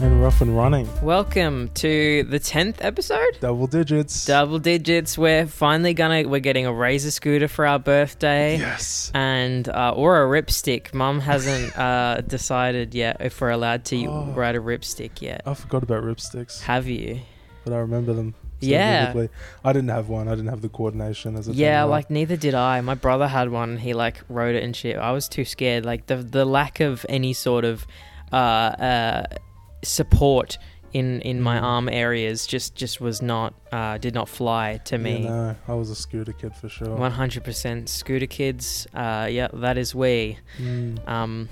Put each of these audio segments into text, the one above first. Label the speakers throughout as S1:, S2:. S1: and rough and running.
S2: Welcome to the tenth episode.
S1: Double digits.
S2: Double digits. We're finally gonna. We're getting a razor scooter for our birthday.
S1: yes.
S2: And uh, or a ripstick. Mum hasn't uh, decided yet if we're allowed to
S1: Oh.
S2: ride a ripstick yet.
S1: I forgot about ripsticks,
S2: Have you?
S1: but I remember them. so
S2: Yeah.
S1: vividly. I didn't have one. I didn't have the coordination as a
S2: Yeah,
S1: ten-year-old.
S2: like neither did I. My brother had one. and He like rode it and shit. I was too scared. Like the the lack of any sort of uh, uh, support in in my
S1: Mm.
S2: arm areas just just was not uh, did not fly to
S1: Yeah,
S2: me.
S1: no, I was a scooter kid for sure.
S2: One hundred percent scooter kids. Uh, yeah, that is we.
S1: Mm.
S2: Um,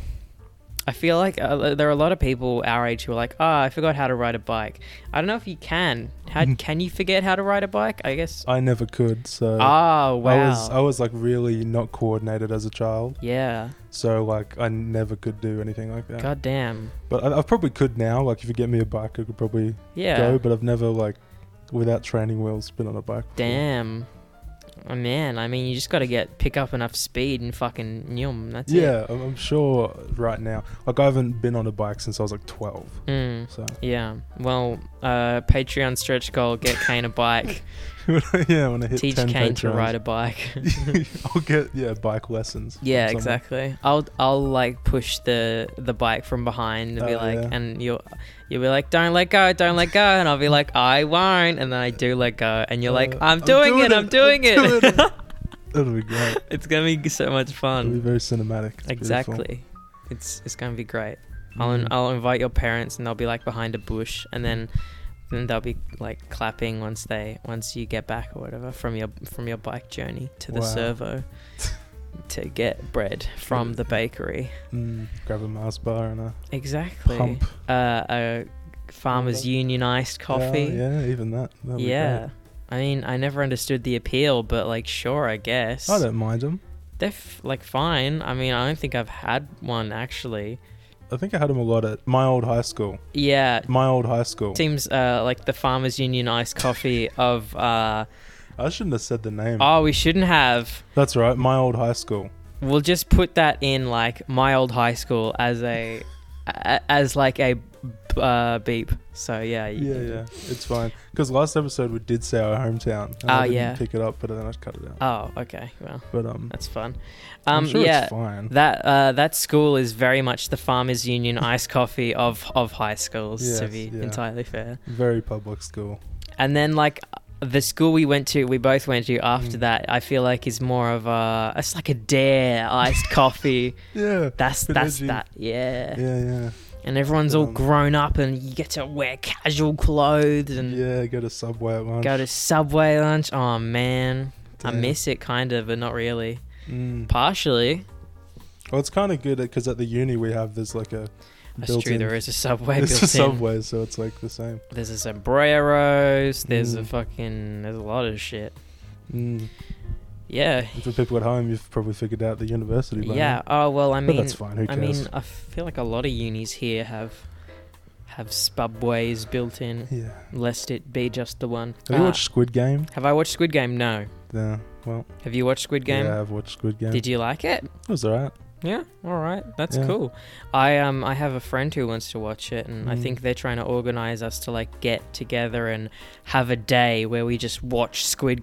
S2: I feel like uh, there are a lot of people our age who are like, "Ah, I forgot how to ride a bike." I don't know if you can. How
S1: Hmm.
S2: can you forget how to ride a bike? I guess.
S1: I never could. So
S2: Ah, wow.
S1: Uh, I was I was like really not coordinated as a child.
S2: yeah.
S1: So like I never could do anything like that.
S2: God damn.
S1: But I, I probably could now. Like if you get me a bike, I could probably
S2: Yeah.
S1: go. But I've never like without training wheels been on a bike. before.
S2: Damn. Oh, man, I mean, you just gotta get pick up enough speed and fucking yum. That's it.
S1: Yeah, I'm I'm sure right now. Like I haven't been on a bike since I was like 12.
S2: Mm,
S1: So
S2: yeah. Well, uh, Patreon stretch goal. Get Kane a bike.
S1: yeah, when I hit
S2: Teach
S1: 10
S2: Kane to
S1: Patreons,
S2: ride a bike.
S1: I'll get yeah bike lessons. from
S2: Yeah,
S1: someone.
S2: exactly. I'll I'll like push the the bike from behind and be
S1: Oh,
S2: like,
S1: yeah.
S2: and you'll you'll be like, don't let go, don't let go, and I'll be like, I won't, and then I do let go, and you're like,
S1: Uh,
S2: I'm doing, it, I'm doing it.
S1: it. It'll be great.
S2: it's gonna be so much
S1: It'll be
S2: fun.
S1: very cinematic. It's
S2: Exactly.
S1: beautiful.
S2: It's it's gonna be great. I'll in,
S1: Mm.
S2: I'll invite your parents, and they'll be like behind a bush, and then then they'll be like clapping once they once you get back or whatever from your from your bike journey to the
S1: Wow.
S2: servo to get bread from the bakery.
S1: Mm, grab a Mars bar and a
S2: Exactly.
S1: pump.
S2: Uh, a farmers union iced coffee.
S1: Yeah, yeah, even that. that'll be
S2: Yeah.
S1: great.
S2: I mean, I never understood the appeal, but like, sure, I guess.
S1: I don't mind them.
S2: They're f- like fine. I mean, I don't think I've had one actually.
S1: I think I had them a lot at my old high school.
S2: Yeah.
S1: My old high school.
S2: Seems uh, like the farmers union iced coffee of. Uh,
S1: I shouldn't have said the name.
S2: oh, we shouldn't have.
S1: That's right. My old high school.
S2: We'll just put that in like my old high school as a, a as like a uh, beep. So yeah. you
S1: Yeah,
S2: can do-
S1: yeah, it's fine. Because last episode we did say our hometown. and
S2: Ah,
S1: I didn't
S2: yeah.
S1: Pick it up, but then I cut it out.
S2: Oh, okay. Well,
S1: But um,
S2: that's fun.
S1: I'm
S2: Um,
S1: sure
S2: yeah.
S1: it's fine.
S2: That uh, that school is very much the farmers union ice coffee of of high schools to
S1: Yes,
S2: be
S1: yeah.
S2: entirely fair.
S1: Very public school.
S2: And then like the school we went to, we both went to after
S1: Mm.
S2: that, I feel like is more of a it's like a dare iced coffee.
S1: Yeah.
S2: That's
S1: Bit
S2: that's
S1: edgy.
S2: that. Yeah.
S1: Yeah, yeah,
S2: And everyone's all
S1: Um,
S2: grown up and you get to wear casual clothes and
S1: yeah. Go to Subway at lunch.
S2: go to Subway lunch. Oh man. I
S1: Damn.
S2: miss it kind of, but not really.
S1: Mm.
S2: Partially.
S1: Well, it's kind of good because at the uni we have there's like a
S2: That's
S1: built
S2: true.
S1: in.
S2: There is a subway
S1: It's
S2: built
S1: a
S2: in.
S1: Subway, so it's like the same.
S2: There's a sombreros. There's a
S1: Mm.
S2: fucking. There's a lot of shit.
S1: Mm.
S2: Yeah.
S1: And for people at home, you've probably figured out the university. By
S2: Yeah.
S1: now.
S2: Oh well. I
S1: but
S2: mean.
S1: that's fine. Who
S2: I
S1: cares?
S2: mean. I feel like a lot of unis here have have subways built in,
S1: yeah.
S2: lest it be just the one.
S1: Have you
S2: Ah,
S1: watched Squid Game?
S2: Have I watched Squid Game? No.
S1: Yeah. Well,
S2: Have you watched Squid Game?
S1: yeah, I've watched Squid Game.
S2: Did you like it?
S1: It was alright.
S2: Yeah. All right. That's
S1: Yeah.
S2: cool. I um I have a friend who wants to watch it, and I
S1: Mm.
S2: think they're trying to organize us to like get together and have a day where we just watch Squid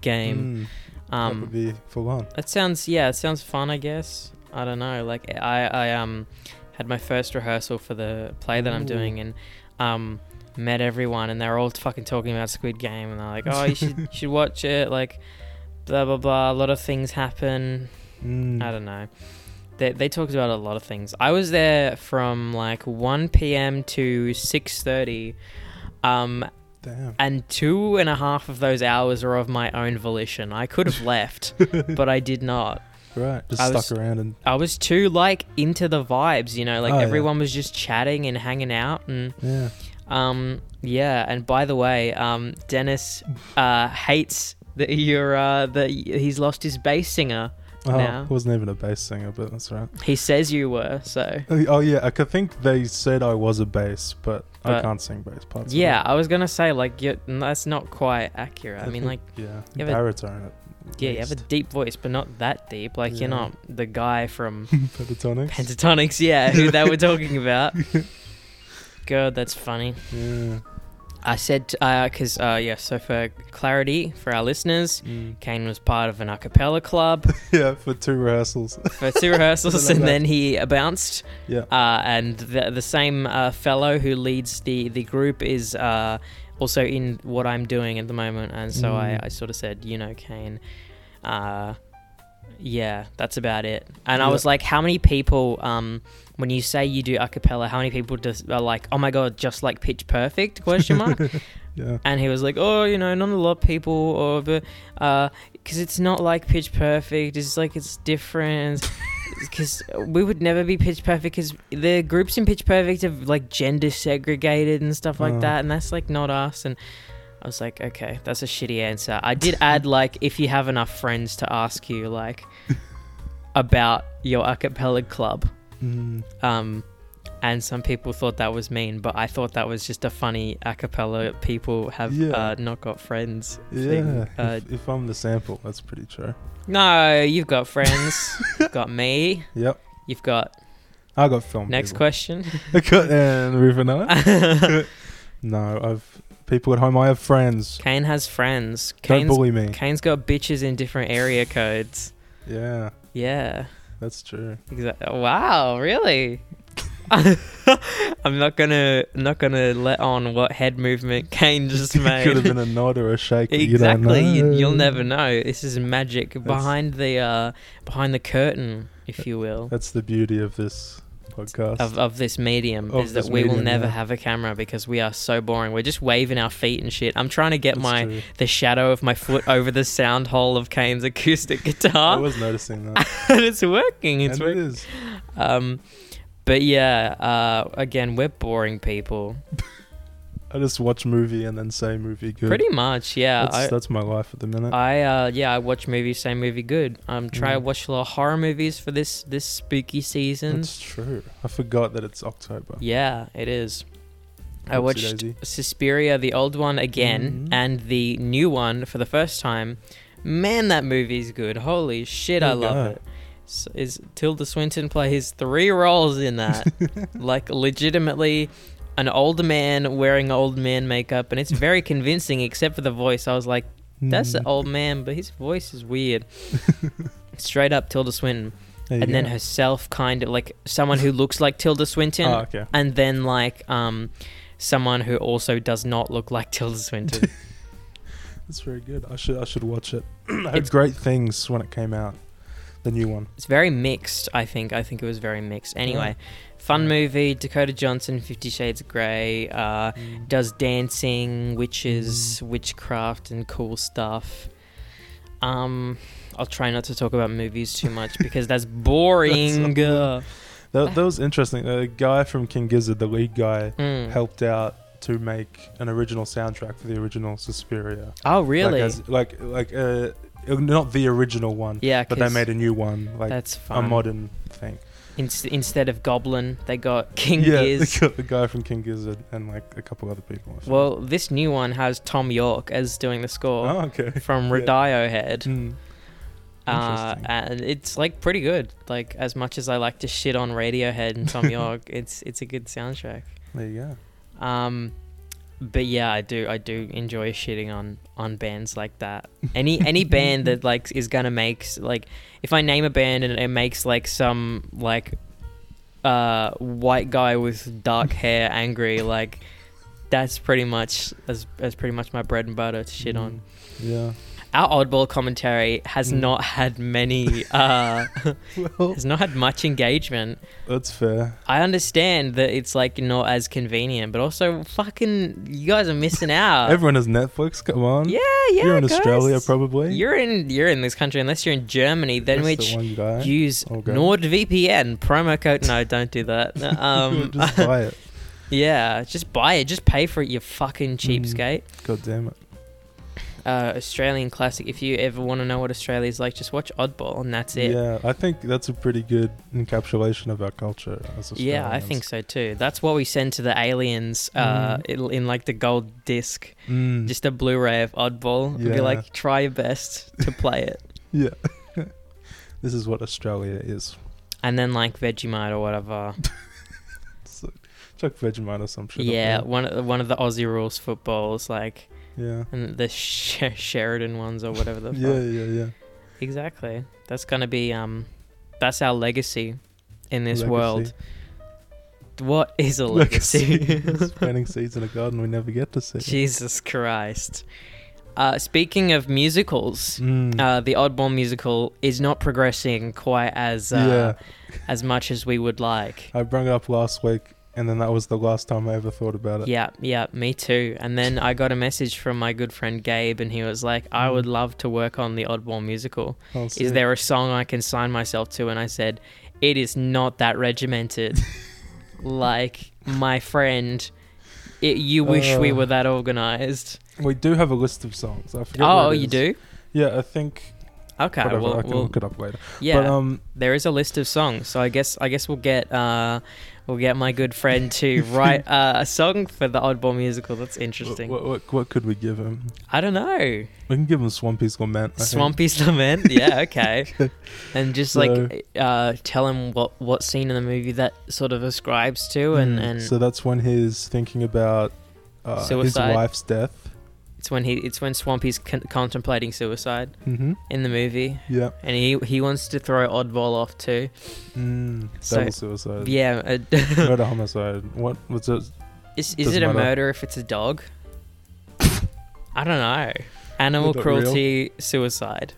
S1: Mm.
S2: Game.
S1: that
S2: Um.
S1: would be full on.
S2: That sounds yeah, it sounds fun, I guess. I don't know. Like I I um had my first rehearsal for the play that I'm
S1: Ooh.
S2: doing and um met everyone and they're all fucking talking about Squid Game and they're like, "Oh, you should you should watch it." Like blah blah blah, a lot of things happen.
S1: Mm.
S2: I don't know. They they talked about a lot of things. I was there from like 1 p.m. to 6:30 um
S1: Damn.
S2: and two and a half of those hours are of my own volition. I could have left, but I did not.
S1: Right, just
S2: I
S1: stuck
S2: was-
S1: around and
S2: I was too like into the vibes, you know, like
S1: Oh, yeah.
S2: everyone was just chatting and hanging out and
S1: yeah.
S2: um yeah, and by the way, um Dennis uh hates that you're uh that he's lost his bass singer.
S1: Oh,
S2: Now-
S1: I wasn't even a bass singer, but that's right.
S2: He says you were, so
S1: Oh, Oh yeah, I could think they said I was a bass, but, I
S2: But-
S1: can't sing bass parts. of
S2: yeah,
S1: it.
S2: I was gonna say like you're, that's not quite accurate. I, mean,
S1: think-
S2: like
S1: yeah,
S2: you have a-
S1: baritone. At
S2: yeah, you have a
S1: least.
S2: deep voice, but not that deep. Like
S1: Yeah.
S2: you're not the guy from
S1: pentatonics.
S2: Pentatonics, yeah, who they were talking about. god, that's funny.
S1: Yeah.
S2: I said, because, uh, yeah, so for clarity for our listeners,
S1: Mm.
S2: Kane was part of an a cappella club
S1: yeah, for two rehearsals.
S2: for two rehearsals
S1: I love
S2: and
S1: that.
S2: then he uh, bounced.
S1: yeah.
S2: Uh, and the, the same uh, fellow who leads the, the group is uh, also in what I'm doing at the moment. And so I,
S1: Mm.
S2: I sort of said, you know, Kane, uh, yeah, that's about it. And I
S1: Yeah.
S2: was like, how many people, um, when you say you do a cappella, how many people just are like, oh my God, just like Pitch Perfect, question mark?
S1: Yeah.
S2: and he was like, "Oh, you know, not a lot of people, or but because it's not like Pitch Perfect. It's like it's different. Because we would never be Pitch Perfect. Because the groups in Pitch Perfect are like gender segregated and stuff like
S1: Oh.
S2: that, and that's like not us." And I was like, "Okay, that's a shitty answer." I did add like, if you have enough friends to ask you like about your a cappella club.
S1: Mm.
S2: Um, and some people thought that was mean, but I thought that was just a funny a cappella people have
S1: Yeah.
S2: uh, not got friends.
S1: Yeah.
S2: Thing. Uh,
S1: if, if I'm the sample, that's pretty true.
S2: no, you've got friends. you've got me.
S1: Yep.
S2: You've got.
S1: I got film.
S2: Next
S1: people.
S2: question.
S1: question. and we know. no, I've people at home. I have friends.
S2: Kane has friends.
S1: Don't
S2: Kane's,
S1: bully me.
S2: Kane's got bitches in different area codes.
S1: Yeah,
S2: Yeah.
S1: that's true.
S2: Exa- wow, really? I'm not gonna not gonna let on what head movement Kane just
S1: it
S2: made.
S1: could have been a nod or a shake. but
S2: exactly
S1: You
S2: you
S1: don't know.
S2: will never know this is magic behind the uh behind the curtain if you will
S1: That's the beauty of this podcast.
S2: of, of this medium
S1: Of
S2: is that
S1: this
S2: we will
S1: medium,
S2: never
S1: yeah.
S2: have a camera because we are so boring we're just waving our feet and shit i'm trying to get
S1: That's
S2: my
S1: true.
S2: the shadow of my foot over the sound hole of kane's acoustic
S1: I
S2: guitar
S1: was noticing that.
S2: and it's working Ah? it's
S1: Oh, and it
S2: working
S1: is.
S2: um but yeah uh again we're boring people
S1: I just watch movie and then say movie good.
S2: pretty much yeah
S1: That's,
S2: I-
S1: that's my life at the minute.
S2: I uh yeah, I watch movies, same movie good. Um try to
S1: Mm.
S2: watch a lot of horror movies for this this spooky season.
S1: that's true. I forgot that it's October.
S2: yeah, it is. I
S1: Oopsie
S2: watched
S1: daisy.
S2: Suspiria, the old one again,
S1: Mhm.
S2: and the new one for the first time. Man, that movie's good. Holy shit,
S1: There
S2: I
S1: you
S2: love
S1: go.
S2: it. So is Tilda Swinton plays three roles in that, like legitimately an old man wearing old man makeup, and it's very convincing except for the voice. I was like, that's
S1: Mm.
S2: an old man, but his voice is weird. Straight up Tilda Swinton,
S1: There you
S2: and then
S1: go.
S2: herself, kind of like someone who looks like Tilda Swinton,
S1: Oh, okay.
S2: and then like um, someone who also does not look like Tilda Swinton.
S1: That's very good. I should I should watch it. I
S2: It's-
S1: heard great things when it came out. The new one.
S2: it's very mixed. I think. I think it was very mixed. Anyway, fun
S1: Yeah.
S2: movie. Dakota Johnson, Fifty Shades of Grey, uh, does dancing,
S1: Mm.
S2: witches, witchcraft, and cool stuff. Um. I'll try not to talk about movies too much because that's boring. Uh,
S1: That, that was interesting. The guy from King Gizzard, the lead guy,
S2: Mm.
S1: helped out to make an original soundtrack for the original Suspiria.
S2: Oh, really?
S1: Like as, like, like uh, not the original one,
S2: yeah,
S1: but they
S2: 'cause
S1: made a new one, like
S2: that's
S1: a
S2: fun.
S1: modern thing.
S2: Ins- instead of Goblin, they got King
S1: yeah,
S2: Gears.
S1: they got the guy from King Gizzard and like a couple other people. I think.
S2: Well, this new one has Tom York as doing the score
S1: oh, okay.
S2: from
S1: yeah.
S2: Radiohead. Head.
S1: Mm.
S2: Hmm. Uh,
S1: Interesting.
S2: and it's like pretty good. Like as much as I like to shit on Radiohead and Tom York, it's it's a good soundtrack.
S1: There you go.
S2: Um, but yeah, I do I do enjoy shitting on on bands like that. Any any band that like is gonna make s- like if I name a band and it makes like some like uh white guy with dark hair angry like that's pretty much as that's pretty much my bread and butter to shit
S1: Mm.
S2: on.
S1: Yeah.
S2: Our oddball commentary has
S1: Mm.
S2: not had many uh
S1: Well,
S2: has not had much engagement.
S1: that's fair.
S2: I understand that it's like not as convenient, but also fucking you guys are missing out.
S1: Everyone has Netflix. Come on.
S2: Uh, yeah, yeah.
S1: You're in Australia,
S2: guys.
S1: probably.
S2: You're in you're in this country unless you're in Germany, then
S1: That's the
S2: which
S1: one guy.
S2: use
S1: Okay.
S2: NordVPN promo code. No, don't do that. No, Um,
S1: just buy it.
S2: yeah, just buy it. Just pay for it. You fucking
S1: Mm.
S2: cheapskate.
S1: God damn it.
S2: Uh, Australian classic. If you ever want to know what Australia's like, just watch Oddball, and that's it.
S1: Yeah, I think that's a pretty good encapsulation of our culture. As
S2: Yeah, I
S1: Australians.
S2: think so too. That's what we send to the aliens uh, in, in like the gold disc.
S1: Mm.
S2: just a Blu-ray of Oddball and be
S1: Yeah.
S2: like, try your best to play it,
S1: yeah. this is what Australia is.
S2: and then like Vegemite or whatever.
S1: It's like It's like Vegemite or some shit. up
S2: yeah,
S1: there.
S2: one of the, one of the Aussie rules footballs, like
S1: Yeah.
S2: and the Sh- Sheridan ones or whatever the
S1: Yeah,
S2: fuck.
S1: yeah, yeah.
S2: Exactly. That's gonna be um, that's our legacy in this
S1: Legacy.
S2: world. What is a legacy?
S1: Planting seeds in a garden we never get to see.
S2: Jesus Christ. Uh, speaking of musicals,
S1: Mm.
S2: uh, the Oddball musical is not progressing quite as uh, as much as we would like.
S1: yeah, I brought it up last week, and then that was the last time I ever thought about it.
S2: Yeah, yeah, me too. And then I got a message from my good friend Gabe, and he was like,
S1: Mm.
S2: "I would love to work on the Oddball musical.
S1: I'll see.
S2: Is there a song I can sign myself to?" And I said, "It is not that regimented. like my friend, it, you wish we
S1: Uh,
S2: were that organized.
S1: We do have a list of songs. I forget
S2: Oh,
S1: where it
S2: you
S1: is.
S2: do?
S1: Yeah, I think.
S2: Okay,
S1: whatever,
S2: well,
S1: I can
S2: well,
S1: look it up later.
S2: yeah,
S1: But um,
S2: there is a list of songs. So I guess I guess we'll get uh, we'll get my good friend to write uh, a song for the Oddball musical. That's interesting.
S1: What, what what could we give him?
S2: I don't know.
S1: We can give him Swampy's Lament. I think.
S2: Swampy's Lament. Yeah, okay. and just
S1: So-
S2: like uh, tell him what what scene in the movie that sort of ascribes to, and
S1: Mm.
S2: and
S1: so that's when he's thinking about uh, his
S2: Suicide.
S1: wife's death.
S2: it's when he it's when Swampy's con- contemplating suicide
S1: hmm
S2: in the movie,
S1: Yeah.
S2: and he he wants to throw Oddball off too.
S1: Mm.
S2: So-
S1: Double suicide.
S2: Yeah, uh,
S1: Murder homicide. What was it?
S2: is is
S1: Doesn't
S2: it a
S1: matter.
S2: murder if it's a dog? I don't know. Animal
S1: Is that real?
S2: cruelty, suicide.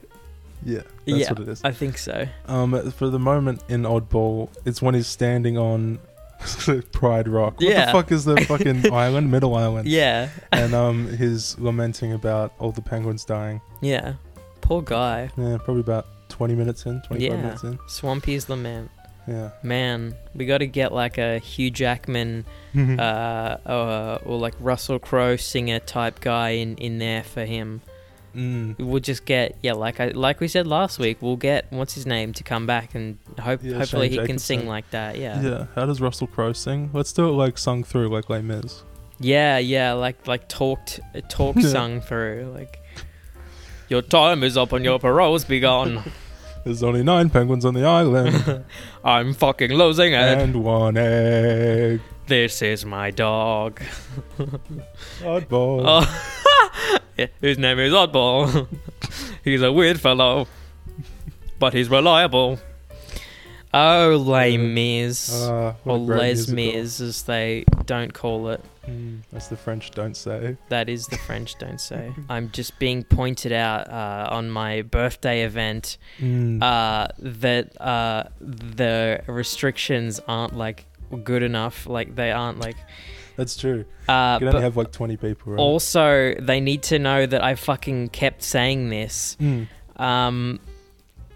S1: Yeah. That's
S2: Yeah.
S1: what it is.
S2: I think so.
S1: Um, for the moment in Oddball, it's when he's standing on Pride Rock. What
S2: Yeah.
S1: the fuck is the fucking island? Middle Island.
S2: Yeah,
S1: And um, he's lamenting about all the penguins dying.
S2: yeah. Poor guy.
S1: Yeah, probably about 20 minutes in, 25
S2: Yeah.
S1: minutes in.
S2: Swampy's lament.
S1: Yeah.
S2: Man, we got to get like a Hugh Jackman
S1: Mm-hmm.
S2: uh, uh, or like Russell Crowe singer type guy in, in there for him.
S1: Mm.
S2: We'll just get yeah, like I like we said last week, we'll get what's his name to come back and hope
S1: Yeah,
S2: hopefully he
S1: Shane
S2: can sing
S1: Jacobson.
S2: like that.
S1: Yeah.
S2: Yeah. yeah,
S1: How does Russell Crowe sing? Let's do it like sung through, like Les Mis.
S2: yeah, like like talked talk
S1: Yeah.
S2: sung through like. Your time is up and your parole's begone.
S1: There's only nine penguins on the island
S2: I'm fucking losing it.
S1: and one egg.
S2: This is my dog.
S1: Oddball.
S2: Oh. Yeah, His name is Oddball. he's a weird fellow, but he's reliable. Oh, Les Mis.
S1: Ah, what
S2: or
S1: a great
S2: Les
S1: musical.
S2: Mis, as they don't call it.
S1: Mm, that's the French don't say.
S2: That is the French don't say. I'm just being pointed out uh, on my birthday event
S1: Mm.
S2: uh, that uh, the restrictions aren't like good enough. Like they aren't like.
S1: that's true.
S2: Uh,
S1: You can
S2: but
S1: only have like 20 people. Right?
S2: also, they need to know that I fucking kept saying this.
S1: Mm.
S2: um,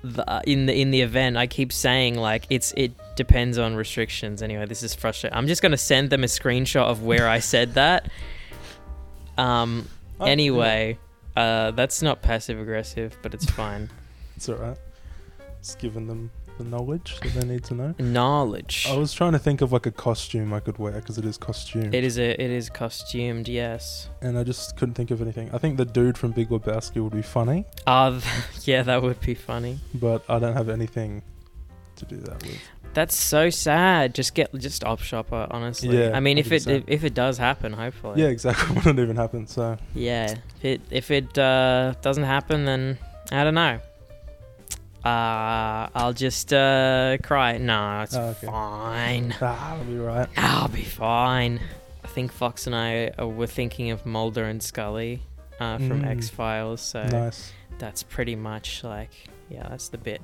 S2: the, uh, in the in the event, I keep saying like it's it depends on restrictions. Anyway, this is frustrating. I'm just gonna send them a screenshot of where I said that. Um.
S1: Oh,
S2: anyway, uh, that's not passive aggressive, but it's fine.
S1: yeah, it's alright. It's giving them the knowledge that they need to know.
S2: Knowledge.
S1: I was trying to think of like a costume I could wear because it is costume,
S2: It is a it is costumed. Yes.
S1: and I just couldn't think of anything. I think the dude from Big Lebowski would be funny,
S2: Ah, th- yeah, that would be funny.
S1: but I don't have anything to do that with.
S2: That's so sad. Just get just op shopper. Honestly.
S1: Yeah,
S2: I mean, if it
S1: 100%.
S2: if it does happen, hopefully.
S1: Yeah, exactly. Wouldn't even happen. So
S2: Yeah. If it if it uh, doesn't happen, then I don't know. Uh, I'll just uh, cry. No, it's
S1: Oh, okay.
S2: fine.
S1: ah, that'll be right.
S2: I'll be fine. I think Fox and I uh, were thinking of Mulder and Scully uh, from
S1: Mm.
S2: X Files, so
S1: Nice,
S2: that's pretty much like yeah, that's the bit.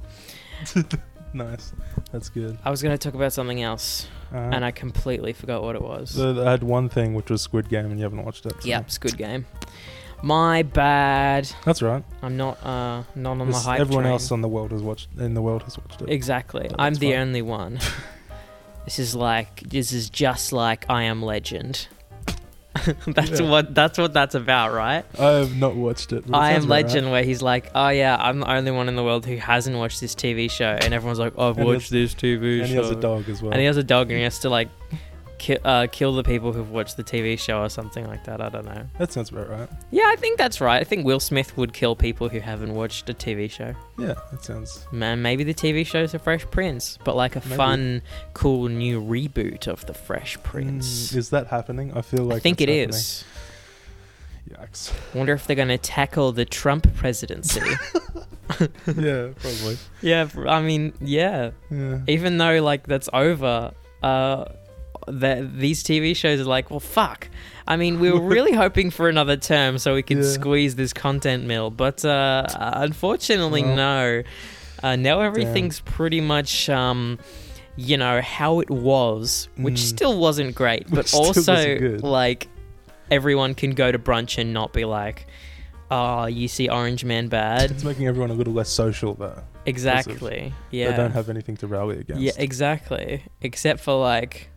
S1: nice. That's good.
S2: I was gonna talk about something else,
S1: Uh,
S2: and I completely forgot what it was.
S1: so I had one thing which was Squid Game, and you haven't watched it. so-
S2: yep, it's good game. My bad.
S1: that's right.
S2: I'm not uh not on the
S1: Because
S2: hype
S1: Everyone
S2: train.
S1: else on the world has watched. In the world has watched it.
S2: Exactly.
S1: But
S2: I'm
S1: Oh, that's
S2: the
S1: fine.
S2: only one. this is like this is just like I am legend. that's
S1: Yeah.
S2: what that's what that's about, right?
S1: I have not watched it. but it
S2: I
S1: sounds
S2: am
S1: about right.
S2: legend where he's like, "Oh yeah, I'm the only one in the world who hasn't watched this TV show." And everyone's like, "I've
S1: And he has-
S2: watched this TV
S1: And
S2: show."
S1: he has a dog as well.
S2: And he has a dog and he has to like ki- uh, kill the people who've watched the TV show or something like that. I don't know.
S1: That sounds about right.
S2: Yeah, I think that's right. I think Will Smith would kill people who haven't watched a TV show.
S1: Yeah, that sounds.
S2: Man, maybe the TV show's The Fresh Prince, but like a
S1: Maybe.
S2: fun, cool new reboot of The Fresh Prince.
S1: Mm, is that happening? I feel like.
S2: I think it
S1: that's
S2: is.
S1: happening.
S2: Wonder if they're going to tackle the Trump presidency.
S1: Yikes. yeah, probably.
S2: yeah, I mean, yeah.
S1: Yeah.
S2: Even though like that's over, uh, that these TV shows are like, well, fuck. I mean, we were really hoping for another term so we could
S1: Yeah.
S2: squeeze this content mill, but uh, unfortunately,
S1: Well.
S2: no. Uh, now everything's pretty much, um, you know, how it was, which
S1: Mm.
S2: still wasn't great,
S1: Which
S2: but
S1: still wasn't
S2: also
S1: good.
S2: like everyone can go to brunch and not be like, oh, you see Orange Man bad.
S1: It's making everyone a little less social though.
S2: exactly. Yeah.
S1: They don't have anything to rally against.
S2: Yeah, exactly. Except for like,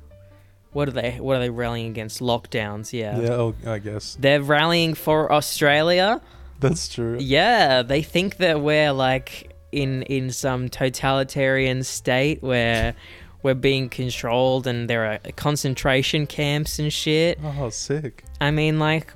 S2: what are they? What are they rallying against? Lockdowns. Yeah.
S1: Yeah, oh, I guess
S2: They're rallying for Australia.
S1: that's true.
S2: Yeah, they think that we're like in in some totalitarian state where we're being controlled and there are concentration camps and shit.
S1: Oh, sick.
S2: I mean, like,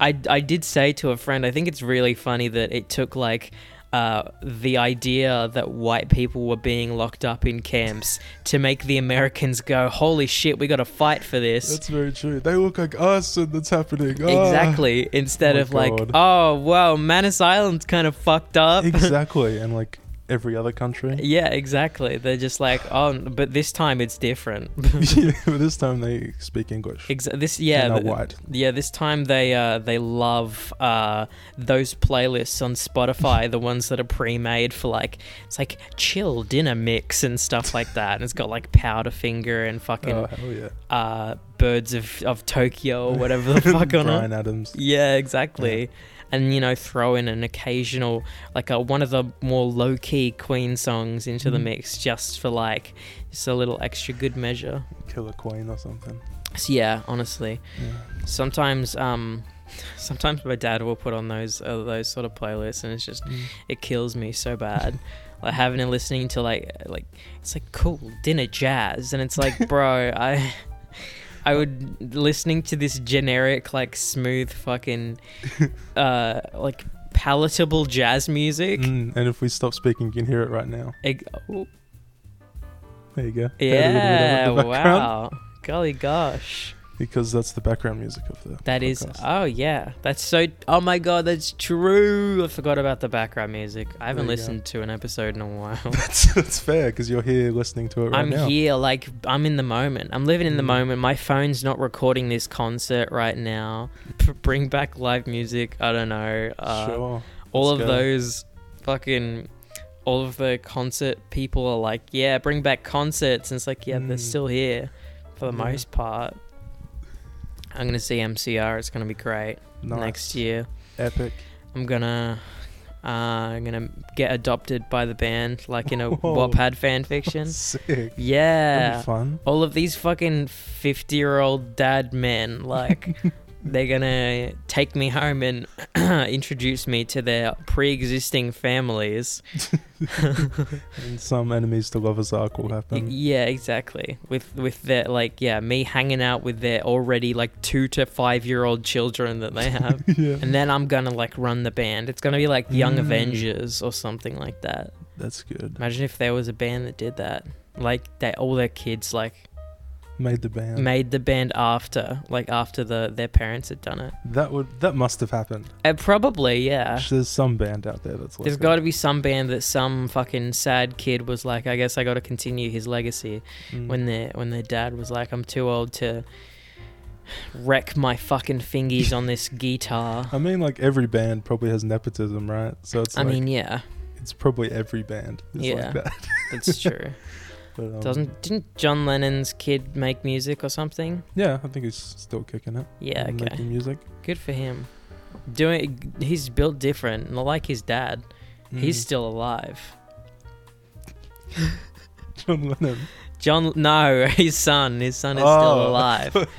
S2: I, I did say to a friend, I think it's really funny that it took, like, uh, the idea that white people were being locked up in camps to make the Americans go, holy shit, we gotta fight for this.
S1: That's very true. They look like us, and that's happening. Ah.
S2: exactly. Instead
S1: my
S2: of, like,
S1: God.
S2: oh, wow, Manus Island's kind of fucked up.
S1: exactly, and like every other country.
S2: yeah, exactly. They're just like, oh, but this time it's different.
S1: yeah, but this time they speak English.
S2: Ex- this,
S1: Yeah,
S2: yeah.
S1: they're
S2: th-
S1: white.
S2: Yeah, this time they uh, they love uh, those playlists on Spotify, the ones that are pre-made for like it's like chill dinner mix and stuff like that, and it's got like Powderfinger and
S1: Oh
S2: fucking
S1: hell yeah!
S2: uh, Birds of, of Tokyo or whatever the fuck on it.
S1: Brian Adams.
S2: Yeah, exactly. And you know, throw in an occasional like a, one of the more low key Queen songs into the
S1: Mhm.
S2: mix just for like just a little extra good measure.
S1: Killer Queen or something.
S2: So yeah, honestly.
S1: Yeah.
S2: sometimes um sometimes my dad will put on those uh, those sort of playlists and it's just
S1: Mm.
S2: it kills me so bad like having and listening to like like it's like cool dinner jazz and it's like bro i i would listening to this generic like smooth fucking uh like palatable jazz music
S1: Mm, and if we stop speaking, you can hear it right now.
S2: Eg- oh,
S1: There you go. Add a little bit of that in
S2: yeah
S1: the background,
S2: wow golly gosh
S1: Because that's the background music of the.
S2: That is,
S1: podcast.
S2: oh yeah, that's so. Oh my god, that's true. I forgot about the background music. I haven't
S1: There you go.
S2: listened to an episode in a while.
S1: that's, that's fair because you're here listening to it right
S2: I'm
S1: now.
S2: here, like I'm in the moment. I'm living in the
S1: Mm.
S2: moment. My phone's not recording this concert right now. P- bring back live music. I don't know. Uh,
S1: sure.
S2: all of
S1: let's go.
S2: those fucking. All of the concert people are like, yeah, bring back concerts. And it's like, yeah, they're
S1: Mm.
S2: still here for the
S1: Yeah.
S2: most part. I'm going to see MCR. It's going to be great
S1: Nice.
S2: next year.
S1: Epic.
S2: I'm gonna uh, I'm gonna get adopted by the band, like in a
S1: Whoa.
S2: Wattpad fan fiction.
S1: Sick. That'd
S2: Yeah,
S1: be fun.
S2: all of these fucking fifty year old dad men, like they're gonna take me home and introduce me to their pre existing families.
S1: And some enemies to lovers arc will happen.
S2: yeah, exactly. With with their like yeah, me hanging out with their already like two to five year old children that they have.
S1: yeah.
S2: and then I'm gonna like run the band. It's gonna be like Young
S1: Mm.
S2: Avengers or something like that.
S1: That's good.
S2: Imagine if there was a band that did that. Like they all their kids like
S1: Made the band.
S2: made the band after, like after the their parents had done it.
S1: that would that must have happened.
S2: Uh, probably, yeah.
S1: There's some band out there that's like
S2: There's got to be some band that some fucking sad kid was like, I guess I got to continue his legacy.
S1: Mm.
S2: When their when their dad was like, I'm too old to wreck my fucking fingies on this guitar.
S1: I mean, like every band probably has nepotism, right? So it's
S2: I
S1: like
S2: mean, yeah,
S1: it's probably every band. Is
S2: Yeah.
S1: like that.
S2: that's true.
S1: But, um,
S2: Doesn't didn't John Lennon's kid make music or something?
S1: Yeah, I think he's still kicking it.
S2: Yeah,
S1: and
S2: okay.
S1: Making music.
S2: Good for him. Doing he's built different, and like his dad, he's
S1: Mm.
S2: still alive.
S1: John Lennon.
S2: John, no, his son. His son is
S1: Oh.
S2: still alive.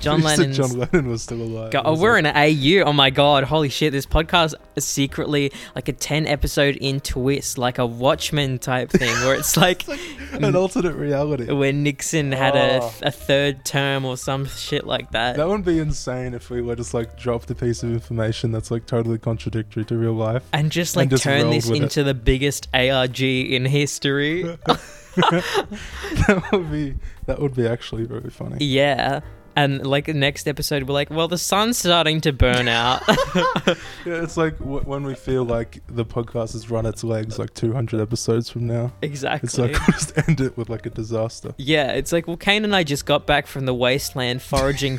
S2: John
S1: John Lennon.
S2: Lennon's.
S1: John Lennon was still alive.
S2: Go- oh, we're in an AU. Oh my god! Holy shit! This podcast is secretly like a ten episode in twist, like a Watchmen type thing, where it's like
S1: an alternate reality.
S2: where Nixon had a,
S1: Oh.
S2: a third term or some shit like that.
S1: That would be insane if we were just like dropped a piece of information that's like totally contradictory to real life.
S2: and just like
S1: and just
S2: turn
S1: rolled
S2: this
S1: with it.
S2: into the biggest ARG in history.
S1: that would be that would be actually very
S2: E
S1: funny.
S2: yeah. And like the next episode, we're like, well, the sun's starting to burn out.
S1: Yeah, it's like w- when we feel like the podcast has run its legs like 200 episodes from now.
S2: exactly.
S1: It's like we'll just end it with like a disaster.
S2: yeah, it's like, well, Kane and I just got back from the wasteland foraging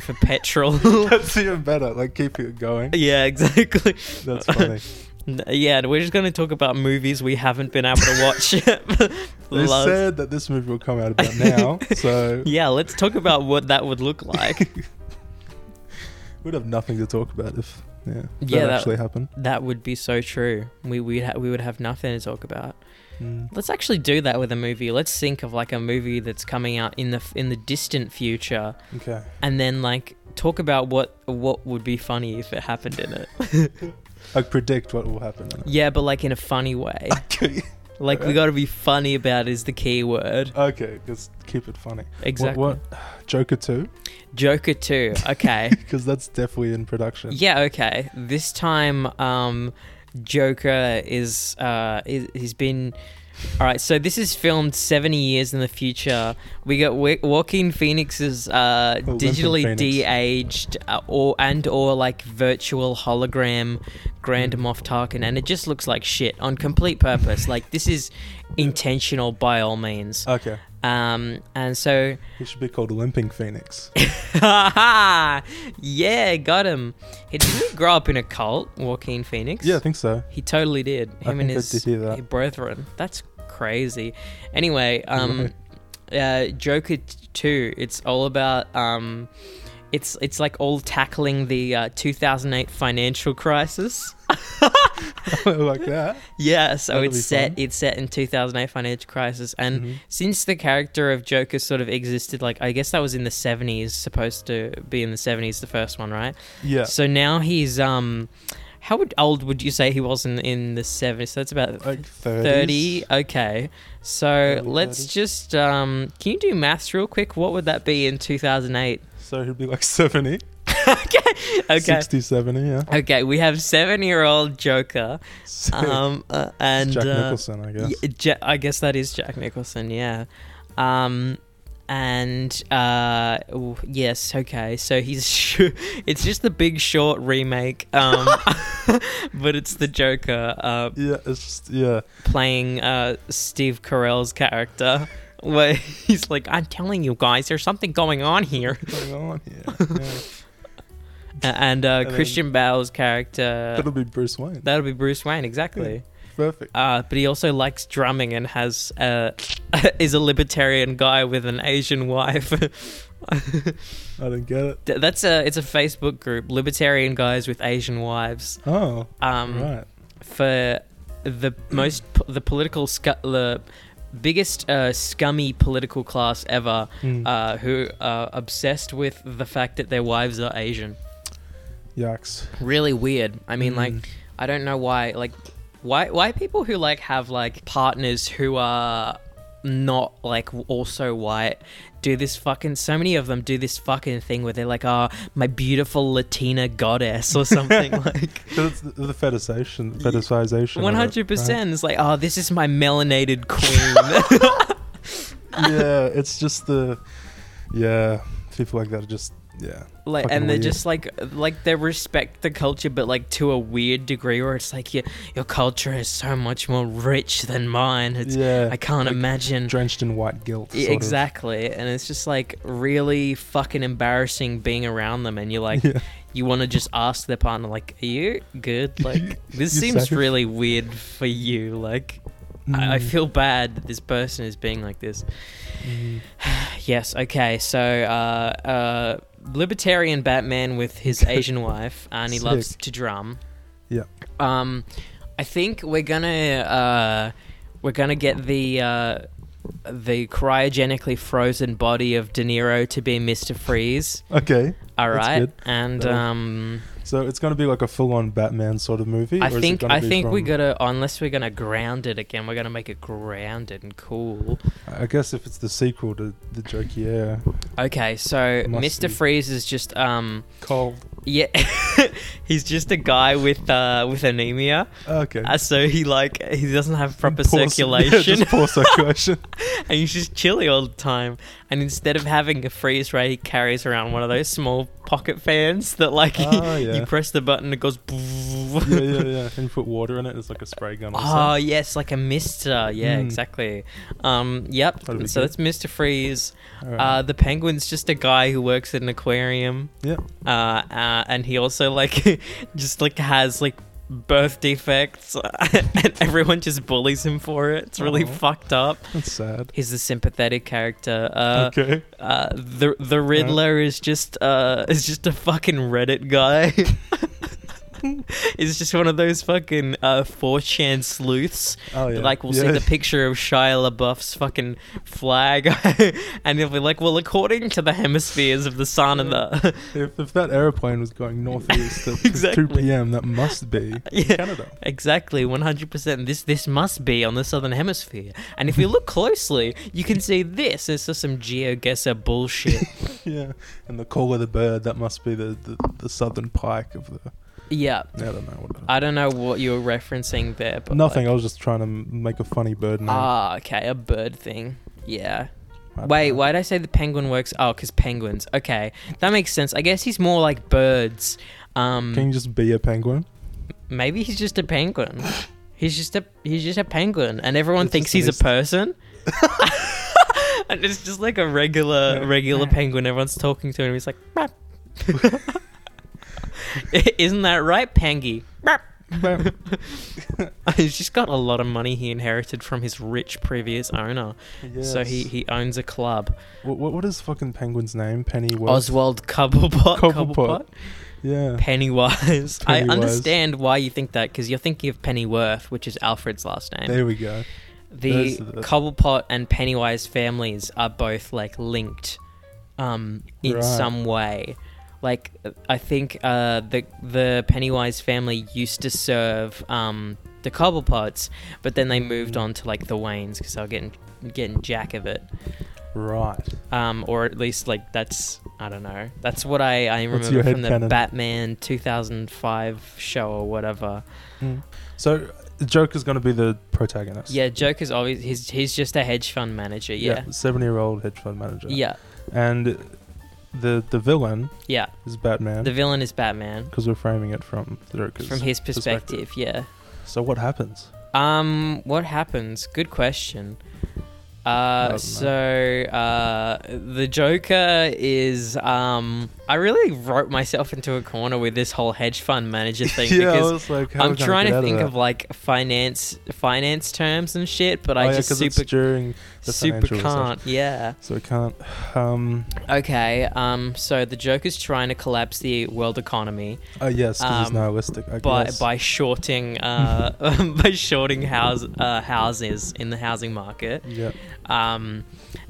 S2: for petrol.
S1: That's even better. Like keep it going.
S2: yeah, exactly.
S1: That's funny.
S2: N- Yeah, and we're just going to talk about movies we haven't been able to watch.
S1: They
S2: Love. E
S1: said that this movie will come out about now, so
S2: yeah, let's talk about what that would look like.
S1: we'd have nothing to talk about if yeah, if
S2: Yeah,
S1: that,
S2: that-
S1: actually happened.
S2: that would be so true. We we'd ha- we would have nothing to talk about.
S1: Mm.
S2: Let's actually do that with a movie. Let's think of like a movie that's coming out in the f- in the distant future,
S1: Okay.
S2: and then like talk about what what would be funny if it happened in it.
S1: Like predict what will happen. in it.
S2: Yeah, but like in a funny way.
S1: Okay.
S2: Like we got to be funny about is the key word.
S1: Okay, just keep it funny.
S2: Exactly.
S1: What, what Joker 2?
S2: Joker two. Okay.
S1: Because that's definitely in production.
S2: yeah. Okay. This time, um, Joker is uh is, he's been. All right, so this is filmed 70 years in the future. We got Wa- Joaquin Phoenix's uh,
S1: Limping
S2: digitally
S1: Phoenix.
S2: de-aged uh, or and or like virtual hologram Grand Moff Tarkin, and it just looks like shit on complete purpose. like this is intentional by all means.
S1: Okay.
S2: Um, and so
S1: He should be called Limping Phoenix.
S2: yeah, got him. He didn't grow up in a cult, Joaquin Phoenix.
S1: yeah, I think so.
S2: he totally did. Him
S1: I
S2: and
S1: think I
S2: his
S1: did hear that.
S2: brethren. That's crazy. Anyway, um, uh, Joker t- two. It's all about um, it's it's like all tackling the uh, 2008 financial crisis.
S1: like that.
S2: Yeah, so
S1: That'll be
S2: it's set
S1: fun.
S2: it's set in 2008 financial crisis and
S1: Mhm.
S2: since the character of Joker sort of existed like I guess that was in the 70s supposed to be in the 70s the first one, right?
S1: Yeah.
S2: So now he's um how would, old would you say he was in, in the 70s? So that's about
S1: Like 30s.
S2: 30. Okay. So
S1: Early
S2: let's
S1: 30s.
S2: just um can you do maths real quick? What would that be in 2008?
S1: So he'd be like 70.
S2: Okay.
S1: 60, 70, yeah.
S2: Okay, we have 7-year-old Joker um uh, and
S1: Jack
S2: uh,
S1: Nicholson, I guess.
S2: Yeah, Ja- I guess that is Jack Nicholson, yeah. Um, and uh, ooh, yes, okay. So he's sh- it's just the Big Short remake, um, but it's the Joker uh,
S1: Yeah, it's just, yeah.
S2: playing uh, Steve Carell's character, where he's like, "I'm telling you guys, there's something going on here,"
S1: What's going on here? Yeah.
S2: A- and uh,
S1: And then-
S2: Christian Bale's character.
S1: That'll be Bruce Wayne.
S2: That'll be Bruce Wayne, exactly.
S1: Perfect.
S2: Uh, but he also likes drumming and has uh, is a libertarian guy with an Asian wife.
S1: I didn't get it.
S2: Th- That's a it's a Facebook group, libertarian guys with Asian wives.
S1: Oh,
S2: Um,
S1: right.
S2: For the most p- the political scu- the biggest uh, scummy political class ever,
S1: Mm.
S2: uh, who are obsessed with the fact that their wives are Asian.
S1: Yikes.
S2: Really weird. I mean, like
S1: Mm.
S2: I don't know why like why why people who like have like partners who are not like also white do this fucking so many of them do this fucking thing where they're like oh my beautiful latina goddess or something like
S1: 'Cause It's the, the fetishization. fetishization of it, right?
S2: 100% it's like oh this is my melanated queen
S1: yeah, it's just the yeah people like that are just yeah.
S2: like
S1: Fucking
S2: and they're
S1: weird.
S2: just like like they respect the culture but like to a weird degree where it's like your, your culture is so much more rich than mine it's
S1: yeah,
S2: i can't E,
S1: like
S2: imagine
S1: drenched in white guilt.
S2: Yeah,
S1: sort of.
S2: exactly. And it's just like really fucking embarrassing being around them. And you're like,
S1: Yeah.
S2: you want to just ask their partner, like, are you good? Like, this
S1: You
S2: seems
S1: safe?
S2: really weird for you. Like, I, I
S1: Mm,
S2: feel bad that this person is being like this.
S1: mm.
S2: Yes, okay. So, uh, uh, libertarian Batman with his Asian wife, and he loves
S1: Sick.
S2: to drum.
S1: Yeah.
S2: Um, I think we're gonna uh, we're gonna get the uh, the cryogenically frozen body of De Niro to be Mr. Freeze.
S1: Okay.
S2: All
S1: That's
S2: right,
S1: good.
S2: and
S1: That'll-
S2: um,
S1: So it's going to be like a full-on Batman sort of movie.
S2: I
S1: or is it
S2: think
S1: gonna
S2: I
S1: be
S2: think we
S1: from-
S2: gotta unless we're gonna ground it again, we're gonna make it grounded and cool.
S1: I guess if it's the sequel to the joke, yeah.
S2: Okay, so
S1: Must be.
S2: Mr. Freeze is just um,
S1: Cold.
S2: yeah, he's just a guy with uh with anemia.
S1: Okay.
S2: Uh, so he like he doesn't have proper
S1: Poor cir-
S2: circulation,
S1: Yeah, just poor circulation.
S2: and he's just chilly all the time. And instead of having a freeze ray, he carries around one of those small pocket fans that like
S1: Ah, yeah.
S2: you press the button, it goes.
S1: yeah, yeah, yeah. And you put water in it. It's like a spray gun. Or
S2: Oh
S1: something.
S2: yes, like a mister. Yeah,
S1: Mm.
S2: exactly. Um, yep.
S1: That'd be
S2: So
S1: good.
S2: that's Mister Freeze.
S1: All right.
S2: Uh, the penguin's just a guy who works at an aquarium.
S1: Yep.
S2: Uh, uh and he also like just like has like birth defects, and everyone just bullies him for it. It's really
S1: Aw.
S2: fucked up.
S1: That's sad.
S2: He's the sympathetic character. Uh,
S1: okay.
S2: uh, the the Riddler is just uh is just a fucking Reddit guy. It's just one of those fucking uh, 4chan sleuths.
S1: Oh yeah.
S2: Like, we'll
S1: yeah.
S2: see the picture of Shia LaBeouf's fucking flag, and he'll be like, well, according to the hemispheres of the sun and the.
S1: If, if that aeroplane was going northeast at
S2: Exactly.
S1: 2 p.m., that must be
S2: Yeah.
S1: Canada.
S2: Exactly, 100%. This this must be on the southern hemisphere. And if you look closely, you can see this. It's just some geoguesser bullshit.
S1: Yeah. And the call of the bird, that must be the, the, the southern pike of the.
S2: yeah.
S1: I don't know what it is.
S2: I don't know what you were referencing there, but.
S1: Nothing.
S2: like-
S1: I was just trying to m- make a funny bird name.
S2: Ah, okay, a bird thing. Yeah.
S1: I don't
S2: Wait,
S1: know.
S2: why did I say the penguin works? Oh, because penguins. Okay, that makes sense. I guess he's more like birds. Um,
S1: Can you just be a penguin?
S2: maybe he's just a penguin. He's just a he's just a penguin, and everyone
S1: It's
S2: thinks
S1: just
S2: he's a
S1: an
S2: person. and it's just like a regular
S1: Yeah.
S2: regular penguin. Everyone's talking to him. He's like, "Meow." isn't that right, Pengy? Meow. he's just got a lot of money he inherited from his rich previous owner. So he, he owns a club.
S1: What, what, what is fucking penguin's name? Pennyworth.
S2: Oswald Cobblepot.
S1: Cobblepot.
S2: Cobblepot.
S1: Yeah.
S2: Pennywise. I
S1: Pennywise.
S2: understand why you think that because you're thinking of Pennyworth, which is Alfred's last name.
S1: There we go.
S2: the
S1: those are the-
S2: Cobblepot and Pennywise families are both like linked um, in
S1: Right.
S2: some way. Like I think uh, the the Pennywise family used to serve um, the Cobblepots, but then they moved
S1: Mm-hmm.
S2: on to like the Waynes because they were getting getting jack of it,
S1: Right.
S2: um, or at least like that's I don't know. That's what I, I
S1: That's
S2: remember
S1: your
S2: from the
S1: headcanon.
S2: Batman 2005 show or whatever.
S1: Hmm. So the Joker's going to be the protagonist.
S2: Yeah, Joker's always he's he's just a hedge fund manager. Yeah,
S1: Seven-year-old hedge fund manager.
S2: yeah,
S1: And the the villain
S2: yeah.
S1: is Batman
S2: The villain is Batman
S1: because we're framing it from the Joker's
S2: from his
S1: perspective.
S2: perspective. Yeah.
S1: So what happens?
S2: Um, what happens? Good question.
S1: don't know.
S2: Uh, so uh, the Joker is um. I really wrote myself into a corner with this whole hedge fund manager thing
S1: yeah, I
S2: because
S1: was like, how are
S2: I'm
S1: we gonna
S2: trying
S1: get
S2: to
S1: out
S2: think
S1: that?
S2: of like finance finance terms and shit, but
S1: oh,
S2: I
S1: yeah,
S2: just
S1: 'cause
S2: super
S1: it's during the
S2: super
S1: financial recession.
S2: can't. Yeah.
S1: So it can't. Um.
S2: Okay, um, so the Joker's trying to collapse the world economy
S1: Oh yes, because he's
S2: Um,
S1: nihilistic. I
S2: by
S1: guess.
S2: by shorting uh, by shorting house, uh, houses in the housing market,
S1: Yeah.
S2: um,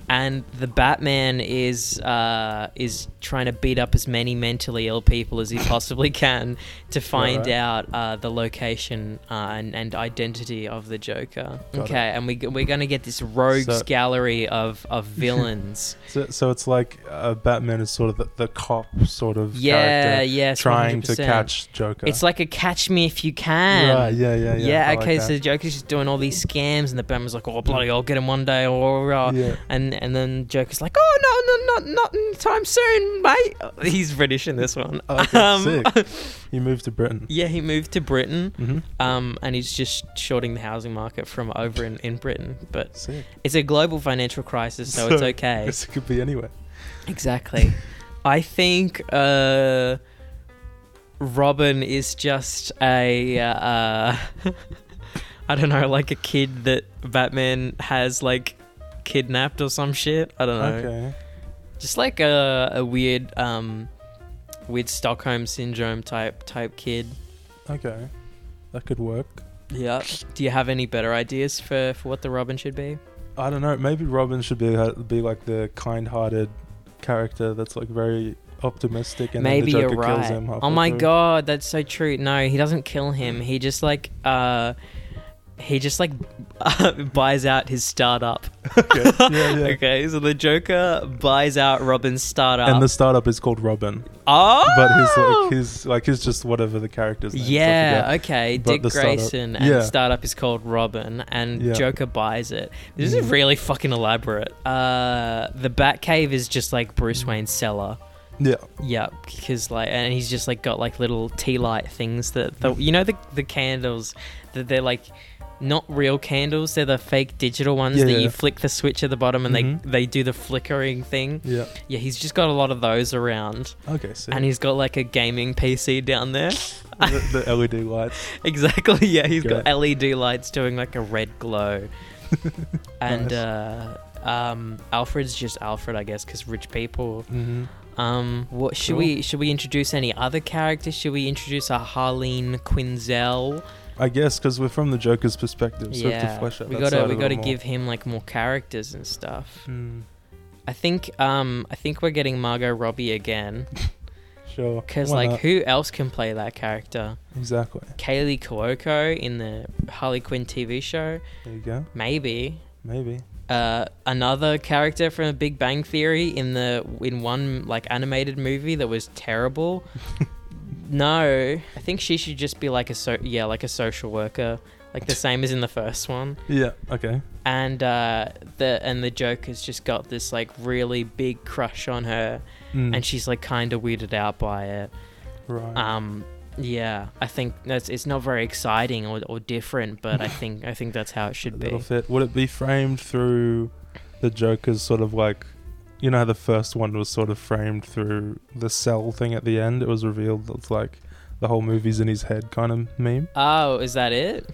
S2: and the Batman is uh, is trying to beat up as many mentally ill people as he possibly can to find
S1: Alright.
S2: out uh, the location uh, and, and identity of the Joker.
S1: Got it.
S2: okay, and we we're gonna get this rogues
S1: So-
S2: gallery of of villains.
S1: So, so it's like uh, Batman is sort of the, the cop sort of
S2: yeah,
S1: character
S2: yes,
S1: trying to
S2: 100%.
S1: catch Joker.
S2: It's like a catch me if you can.
S1: Right, yeah, yeah, yeah.
S2: Yeah,
S1: I like
S2: okay,
S1: that.
S2: so the Joker's just doing all these scams, and the Batman's like, oh, bloody, I'll get him one day, or, uh,
S1: Yeah.
S2: and, and then Joker's like, oh, no, no, not, not anytime soon, mate. He's British in this one. Um,
S1: Oh, okay, sick. He moved to Britain.
S2: Yeah, he moved to Britain,
S1: Mm-hmm.
S2: um, and he's just shorting the housing market from over in, in Britain. But
S1: Sick.
S2: it's a global financial crisis, so,
S1: So-
S2: it's okay.
S1: Yes, it could be anywhere.
S2: Exactly. I think uh, Robin is just a. Uh, I don't know, like a kid that Batman has like kidnapped or some shit. I don't know.
S1: Okay.
S2: Just like a, a weird, um, weird Stockholm syndrome type type kid.
S1: Okay. That could work.
S2: Yeah. Do you have any better ideas for, for what the Robin should be?
S1: I don't know. Maybe Robin should be be like the kind-hearted character that's like very optimistic, and then
S2: Maybe
S1: the
S2: you're
S1: Joker kills
S2: right.
S1: him.
S2: Oh
S1: halfway
S2: my
S1: through.
S2: god, that's so true. No, he doesn't kill him. He just like uh he just like buys out his startup.
S1: Okay. Yeah, yeah.
S2: Okay, so the Joker buys out Robin's startup.
S1: And the startup is called Robin,
S2: oh,
S1: but he's like he's like he's just whatever the character's name. is, I
S2: yeah,
S1: forget.
S2: okay.
S1: But
S2: Dick
S1: the startup-
S2: Grayson and
S1: Yeah.
S2: startup is called Robin, and
S1: Yeah.
S2: Joker buys it. This is
S1: Mm.
S2: really fucking elaborate. Uh, the Batcave is just like Bruce Wayne's cellar.
S1: yeah.
S2: Yeah, because like, and he's just like got like little tea light things that the you know the the candles that they're like not real candles. They're the fake digital ones
S1: Yeah,
S2: that
S1: yeah,
S2: you
S1: yeah.
S2: flick the switch at the bottom and
S1: Mhm.
S2: they they do the flickering thing.
S1: Yeah.
S2: Yeah, he's just got a lot of those around,
S1: Okay. So
S2: and he's got like a gaming PC down there.
S1: the, the LED lights.
S2: exactly. Yeah, he's got
S1: Yeah.
S2: LED lights doing like a red glow, and
S1: Nice.
S2: uh, um, Alfred's just Alfred, I guess, because rich people.
S1: Mm-hmm.
S2: Um, what should
S1: Cool.
S2: we should we introduce any other characters? Should we introduce a Harleen Quinzel?
S1: I guess because we're from the Joker's perspective, so we have to
S2: yeah,
S1: flesh out
S2: we
S1: that
S2: gotta
S1: side a
S2: we gotta
S1: little more.
S2: give him like more characters and stuff.
S1: Mm,
S2: I think um I think we're getting Margot Robbie again
S1: sure.
S2: because
S1: Why
S2: like
S1: not?
S2: who else can play that character?
S1: exactly.
S2: Kaylee Cuoco in the Harley Quinn TV show,
S1: There you go.
S2: maybe.
S1: Maybe.
S2: Uh, another character from a Big Bang Theory in the in one like animated movie that was terrible. no, I think she should just be like a so yeah like a social worker, like the same as in the first one.
S1: Yeah. Okay.
S2: And uh, the and the Joker's just got this like really big crush on her,
S1: Mm,
S2: and she's like kind of weirded out by it.
S1: right.
S2: Um, yeah, I think that's it's not very exciting or, or different, but I think I think that's how it should
S1: That'll
S2: be.
S1: fit. Would it be framed through the Joker's sort of like, you know, how the first one was sort of framed through the cell thing at the end? It was revealed that's like the whole movie's in his head kind of meme.
S2: Oh, is that it?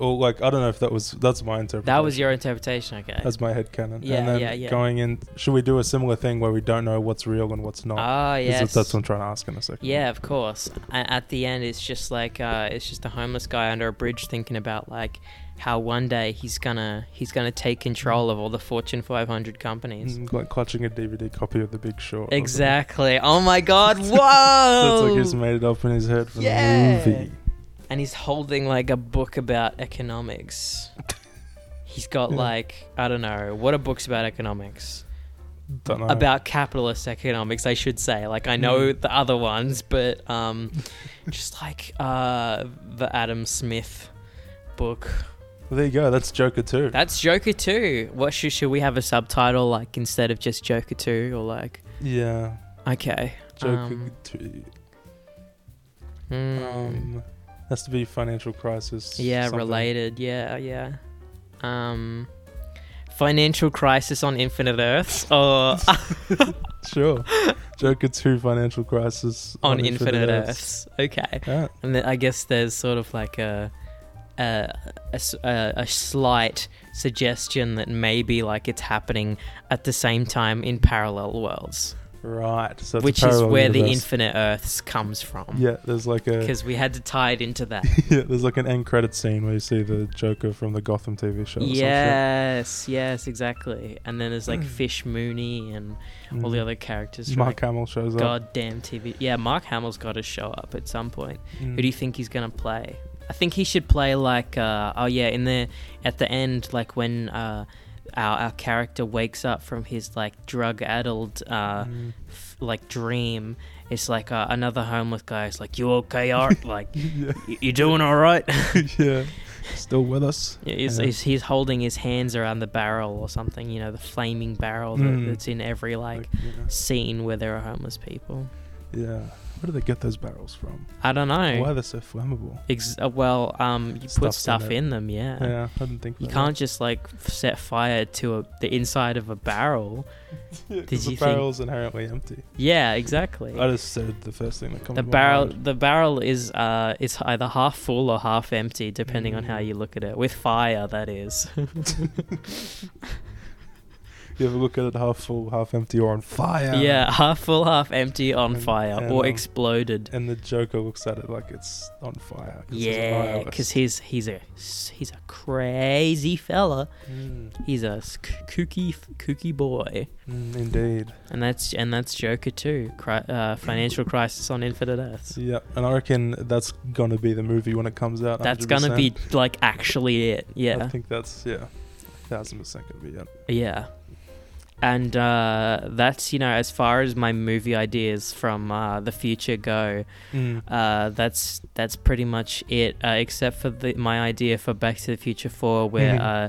S1: Or Oh, like, I don't know if that was that's my interpretation.
S2: That was your interpretation, okay?
S1: that's my head canon.
S2: Yeah,
S1: and then
S2: yeah, yeah.
S1: Going in, should we do a similar thing where we don't know what's real and what's not?
S2: Ah,
S1: Oh, Is it-
S2: yes.
S1: That's what I'm trying to ask in a second.
S2: yeah, of course. A- At the end, it's just like uh, it's just a homeless guy under a bridge thinking about like how one day he's gonna he's gonna take control of all the Fortune 500 companies.
S1: Mm, Like clutching a DVD copy of The Big Short. or something.
S2: Exactly. Oh my God! Whoa!
S1: That's like he's made it up in his head for
S2: Oh! Yeah.
S1: the movie.
S2: and he's holding like a book about economics. He's got
S1: Yeah.
S2: like I don't know what are books about economics
S1: Don't know.
S2: about capitalist economics I should say like I know
S1: Mm.
S2: the other ones but um just like uh the Adam Smith book
S1: Well, there you go. That's Joker too.
S2: that's Joker 2 what should should we have a subtitle like instead of just Joker 2 or like
S1: yeah.
S2: okay
S1: Joker
S2: Um,
S1: too.
S2: hmm.
S1: Um, has to be financial crisis.
S2: Yeah,
S1: something.
S2: related. Yeah, yeah. Um, financial crisis on Infinite Earths or
S1: Sure. Joker two financial crisis
S2: on Infinite, Earths. Okay,
S1: Yeah.
S2: and then I guess there's sort of like a a, a s- a- a slight suggestion that maybe like it's happening at the same time in parallel worlds,
S1: Right. So it's a
S2: which is
S1: parallel
S2: where the
S1: universe.
S2: Infinite Earths comes from.
S1: yeah. There's like a
S2: Because we had to tie it into that.
S1: yeah, there's like an end credit scene where you see the Joker from the Gotham TV show. or some shit.
S2: yes, yes, exactly. And then there's like Fish Mooney and all the
S1: Mm.
S2: other characters. from
S1: Mark Hamill shows up.
S2: goddamn TV. Yeah, Mark Hamill's got to show up at some point. Who
S1: Mm.
S2: do you think he's gonna play? I think he should play like, uh, oh yeah, in the at the end, like when uh, our our character wakes up from his like drug-addled uh,
S1: Mm.
S2: f- like dream. It's like uh, another homeless guy is like, "You okay, Art? like,
S1: yeah.
S2: y- you doing all right?"
S1: yeah. Still with us.
S2: Yeah, He's,
S1: Yeah.
S2: he's, he's holding his hands around the barrel or something, you know, the flaming barrel that,
S1: Mm.
S2: that's in every Hmm. like
S1: you know.
S2: scene where there are homeless people.
S1: Yeah. Where do they get those barrels from?
S2: I don't know.
S1: Why are they so flammable?
S2: Ex- uh, well, um, you put
S1: Stuff's in
S2: stuff
S1: it.
S2: in them, yeah.
S1: Yeah, I didn't think
S2: You
S1: about
S2: can't just like f- set fire to a, the inside of a barrel.
S1: that. Yeah, 'cause
S2: did
S1: the
S2: you think-
S1: barrel's inherently empty.
S2: Yeah, exactly.
S1: I just said the first thing that comes.
S2: The
S1: to my
S2: barrel,
S1: mind.
S2: the barrel is uh, is either half full or half empty, depending on how
S1: Mm.
S2: you look at it. With fire, that is.
S1: You ever look at it half full, half empty, or on fire?
S2: Yeah. half full, half empty, on
S1: And-
S2: fire,
S1: and,
S2: or
S1: um,
S2: exploded.
S1: And the Joker looks at it like it's on fire. 'cause he's an
S2: Yeah,
S1: nihilist.
S2: because he's he's a he's a crazy fella.
S1: Mm,
S2: He's a s- kooky kooky boy,
S1: mm, indeed.
S2: and that's and that's Joker too. Cri- uh, financial crisis on Infinite Earths.
S1: Yeah, and I reckon that's gonna be the movie when it comes out.
S2: That's gonna
S1: 100%.
S2: be like actually it.
S1: I
S2: Yeah,
S1: think that's yeah, thousand percent gonna be it.
S2: yeah. And uh, that's you know as far as my movie ideas from uh, the future go.
S1: Mm.
S2: Uh, that's that's pretty much it, uh, except for the, my idea for Back to the Future Four, where uh,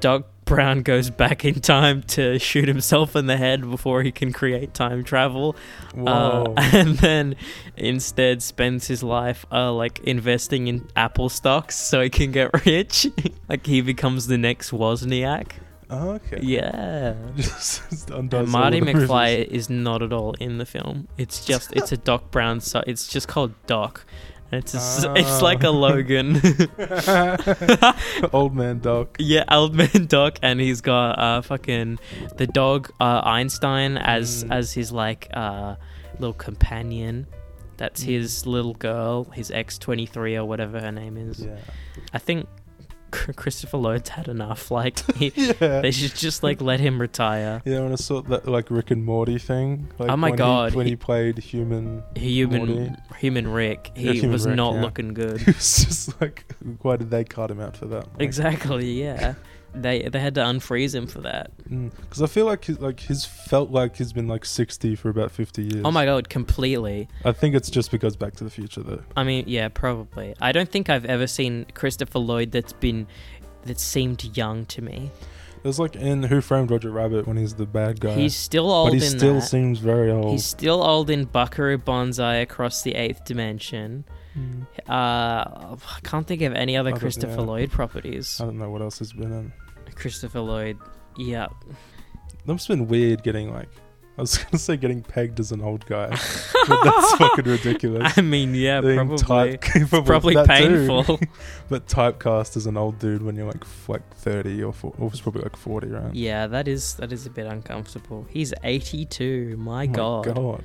S2: Doc Brown goes back in time to shoot himself in the head before he can create time travel, uh,
S1: Whoa.
S2: and then instead spends his life uh, like investing in Apple stocks so he can get rich. like he becomes the next Wozniak.
S1: Oh, okay.
S2: Yeah.
S1: Just undoes all
S2: And Marty
S1: of the movies.
S2: McFly is not at all in the film. It's just it's a Doc Brown. So it's just called Doc, and it's a s it's
S1: Ah.
S2: like a Logan.
S1: Old man Doc.
S2: yeah, old man Doc, and he's got uh fucking the dog uh, Einstein as
S1: Mm.
S2: as his like uh little companion. That's
S1: Mm.
S2: his little girl, his ex twenty three or whatever her name is.
S1: Yeah.
S2: I think C- Christopher Lloyd's had enough. Like he,
S1: Yeah.
S2: they should just like let him retire.
S1: Yeah, when I saw that like Rick and Morty thing. Like
S2: Oh my
S1: when he-
S2: God,
S1: when
S2: he-
S1: he played human,
S2: Human
S1: Morty.
S2: human Rick, he
S1: Yeah, human
S2: was
S1: Rick,
S2: not
S1: yeah.
S2: looking good.
S1: it was just like, why did they card him out for that? Like,
S2: Exactly. Yeah. They they had to unfreeze him for that.
S1: Because Mm, I feel like his, like his felt like he's been like sixty for about fifty years.
S2: Oh my god, completely.
S1: I think it's just because Back to the Future though.
S2: I mean, yeah, probably. I don't think I've ever seen Christopher Lloyd that's been that seemed young to me.
S1: It was like in Who Framed Roger Rabbit when he's the bad guy.
S2: He's still old
S1: but he
S2: in
S1: still
S2: that.
S1: seems very old.
S2: He's still old in Buckaroo Banzai across the eighth dimension.
S1: Mm.
S2: Uh, I can't think of any
S1: I
S2: other
S1: don't-
S2: Christopher
S1: yeah.
S2: Lloyd properties.
S1: I don't know what else he's been in.
S2: Christopher Lloyd, yeah,
S1: That's been weird getting like I was gonna say getting pegged as an old guy. but that's fucking ridiculous.
S2: I mean, yeah,
S1: Being
S2: probably,
S1: type- probably,
S2: probably
S1: that too.
S2: painful.
S1: But typecast as an old dude when you're like f- like 30 or, 40, or it's probably like 40, right?
S2: Yeah, that is that is a bit uncomfortable. He's 82. My,
S1: Oh
S2: god.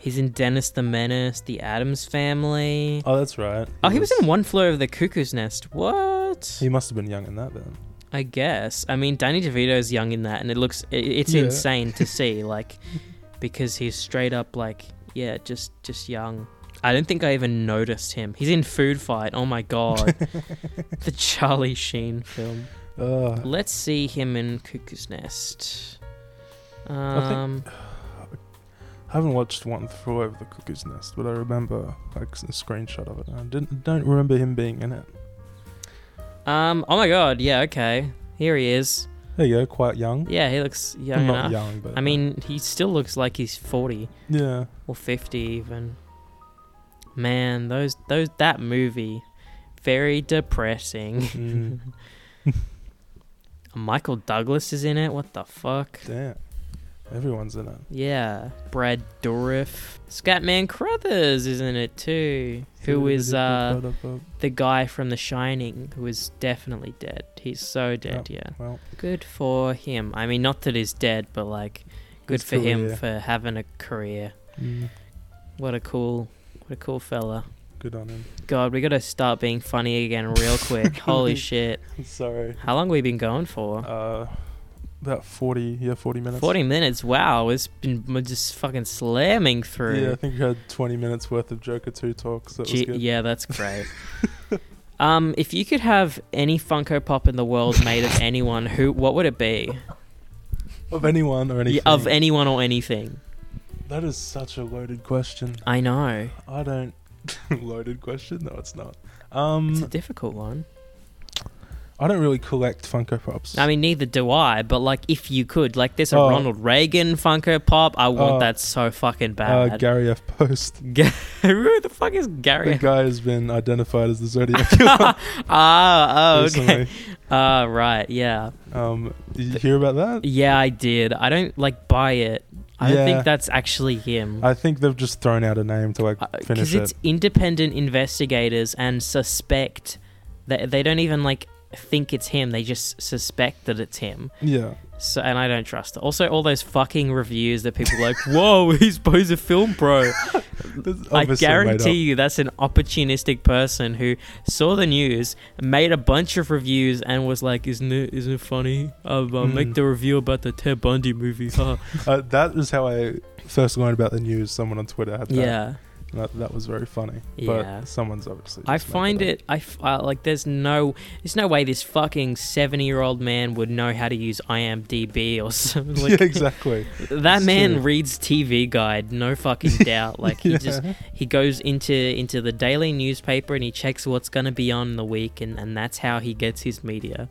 S2: He's in Dennis the Menace, The Adams Family.
S1: Oh, that's right.
S2: Oh, he was in One Floor of the Cuckoo's Nest. What?
S1: He must have been young in that then.
S2: I guess. I mean, Danny DeVito's young in that, and it looks i- it's
S1: Yeah.
S2: insane to see, like, because he's straight up like, yeah, just just young. I don't think I even noticed him. He's in Food Fight. Oh my god, the Charlie Sheen film.
S1: Uh,
S2: Let's see him in Cuckoo's Nest. Um,
S1: I haven't watched one through over the cuckoo's nest, but I remember like s- a screenshot of it. I didn't don't remember him being in it.
S2: um. Oh my god. Yeah. Okay. Here he is.
S1: There you go, quite young.
S2: Yeah, he looks young
S1: Hmm. Not
S2: enough.
S1: young, but
S2: I mean, he still looks like he's forty
S1: yeah.
S2: or fifty even. Man, those those that movie, very depressing.
S1: Mm,
S2: Michael Douglas is in it. What the fuck?
S1: damn, everyone's in it.
S2: Yeah, Brad Dourif, Scatman Crothers is in it too. Who is uh the guy from The Shining? Who is definitely dead. He's so dead. Yeah.
S1: well.
S2: Good for him. I mean, not that he's dead, but like, good
S1: His
S2: for him
S1: career.
S2: for having a career.
S1: Mm,
S2: What a cool, what a cool fella.
S1: good on him.
S2: God, we gotta start being funny again real quick. Holy shit!
S1: Sorry.
S2: How long we been going for?
S1: Uh, about forty. Yeah, forty minutes.
S2: Forty minutes. Wow, it's been we're just fucking slamming through.
S1: Yeah, I think we had twenty minutes worth of Joker two talks. That
S2: Gee-
S1: was good.
S2: yeah, that's great. um, if you could have any Funko Pop in the world made of anyone, who? What would it be?
S1: Of anyone or anything.
S2: Yeah, Of anyone or anything?
S1: That is such a loaded question.
S2: I know
S1: I don't. loaded question? No, it's not.
S2: it's a
S1: Um,
S2: difficult one.
S1: I don't really collect Funko Pops.
S2: I mean, neither do I, but like, if you could, like, there's a
S1: Oh.
S2: Ronald Reagan Funko Pop. I want
S1: Oh.
S2: that so fucking
S1: uh,
S2: bad.
S1: Gary F. Post.
S2: Who the fuck is
S1: The
S2: Gary?
S1: guy has been identified as the Zodiac Killer.
S2: Ah, oh, okay.
S1: recently.
S2: Ah, right, yeah,
S1: Um, did you hear about that?
S2: yeah. I did. I don't like buy it. I don't
S1: Yeah.
S2: think that's actually him.
S1: I think they've just thrown out a name to like
S2: Because
S1: finish
S2: it's
S1: it.
S2: independent investigators and suspect that they don't even like think it's him. They just suspect that it's him.
S1: Yeah.
S2: So, and I don't trust it. Also, all those fucking reviews that people are like, whoa, he's Bo's a film bro.
S1: That's
S2: I
S1: obviously made
S2: guarantee
S1: up.
S2: you that's an opportunistic person who saw the news, made a bunch of reviews, and was like, isn't it, isn't it funny? I'll, I'll make
S1: Mm.
S2: the review about the Ted Bundy movie. Huh?
S1: Uh, that is how I first learned about the news. Someone on Twitter had that.
S2: yeah.
S1: That, that was very funny.
S2: Yeah.
S1: But someone's obviously.
S2: I
S1: just made
S2: find
S1: that up.
S2: it, I f- uh, like, there's no, there's no way this fucking 70 year old man would know how to use IMDb or something. Like,
S1: yeah, exactly.
S2: That
S1: It's
S2: man
S1: true.
S2: reads TV guide, no fucking doubt. Like he
S1: Yeah.
S2: just he goes into into the daily newspaper and he checks what's gonna be on the week, and and that's how he gets his media.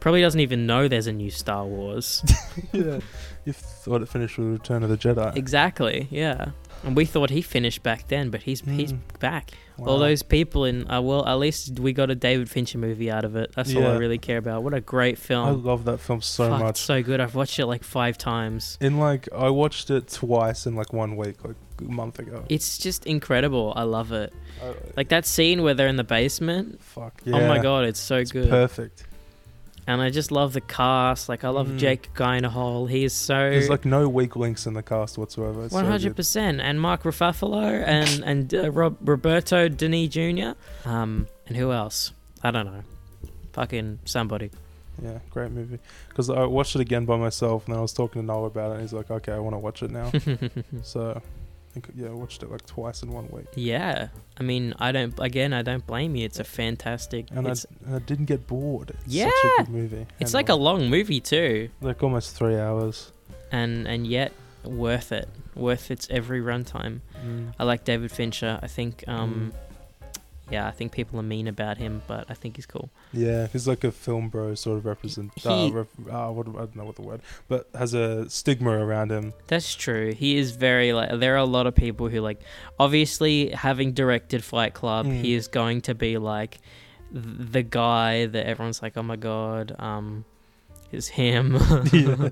S2: Probably doesn't even know there's a new Star Wars.
S1: yeah. You thought it finished with Return of the Jedi.
S2: exactly. Yeah. And we thought he finished back then, but he's he's
S1: Mm.
S2: back.
S1: Wow.
S2: All those people in uh, well, at least we got a David Fincher movie out of it. That's all I
S1: Yeah.
S2: really care about. What a great
S1: I
S2: film!
S1: love that film so
S2: Fuck,
S1: much.
S2: so good. I've watched it like five times.
S1: In like, I watched it twice in like one week, like a month ago.
S2: It's just incredible. I love it.
S1: I-
S2: Like that scene where they're in the basement.
S1: fuck. Yeah.
S2: Oh my god, it's so
S1: It's
S2: good.
S1: perfect.
S2: and I just love the cast. Like I love
S1: Mm.
S2: Jake Gyllenhaal. He is so
S1: There's like no weak links in the cast whatsoever. It's so
S2: one hundred
S1: good.
S2: percent. And Mark Ruffalo and and uh, Rob, Roberto Denis Jr. Um, and who else? I don't know. Fucking somebody.
S1: Yeah, great movie. Because I watched it again by myself, and then I was talking to Noel about it, and he's like, "Okay, I want to watch it now." so, I think, yeah, I watched it like twice in one week,
S2: yeah. I mean, I don't. Again, I don't blame you. It's a fantastic.
S1: and I,
S2: it's
S1: and I didn't get bored. It's
S2: Yeah.
S1: such a good movie.
S2: it's
S1: And,
S2: like a long movie too,
S1: like almost three hours.
S2: and and yet worth it. Worth its every runtime.
S1: Mm.
S2: I like David Fincher. I think, um, yeah, I think people are mean about him, but I think he's cool.
S1: Yeah, he's like a film bro sort of represent. uh,
S2: He-
S1: ref, uh, what, I don't know what the word, but has a stigma around him.
S2: That's true. He is very like. There are a lot of people who like. Obviously, having directed Fight Club,
S1: Mm.
S2: he is going to be like th- the guy that everyone's like, oh my god, um, is him.
S1: Yeah.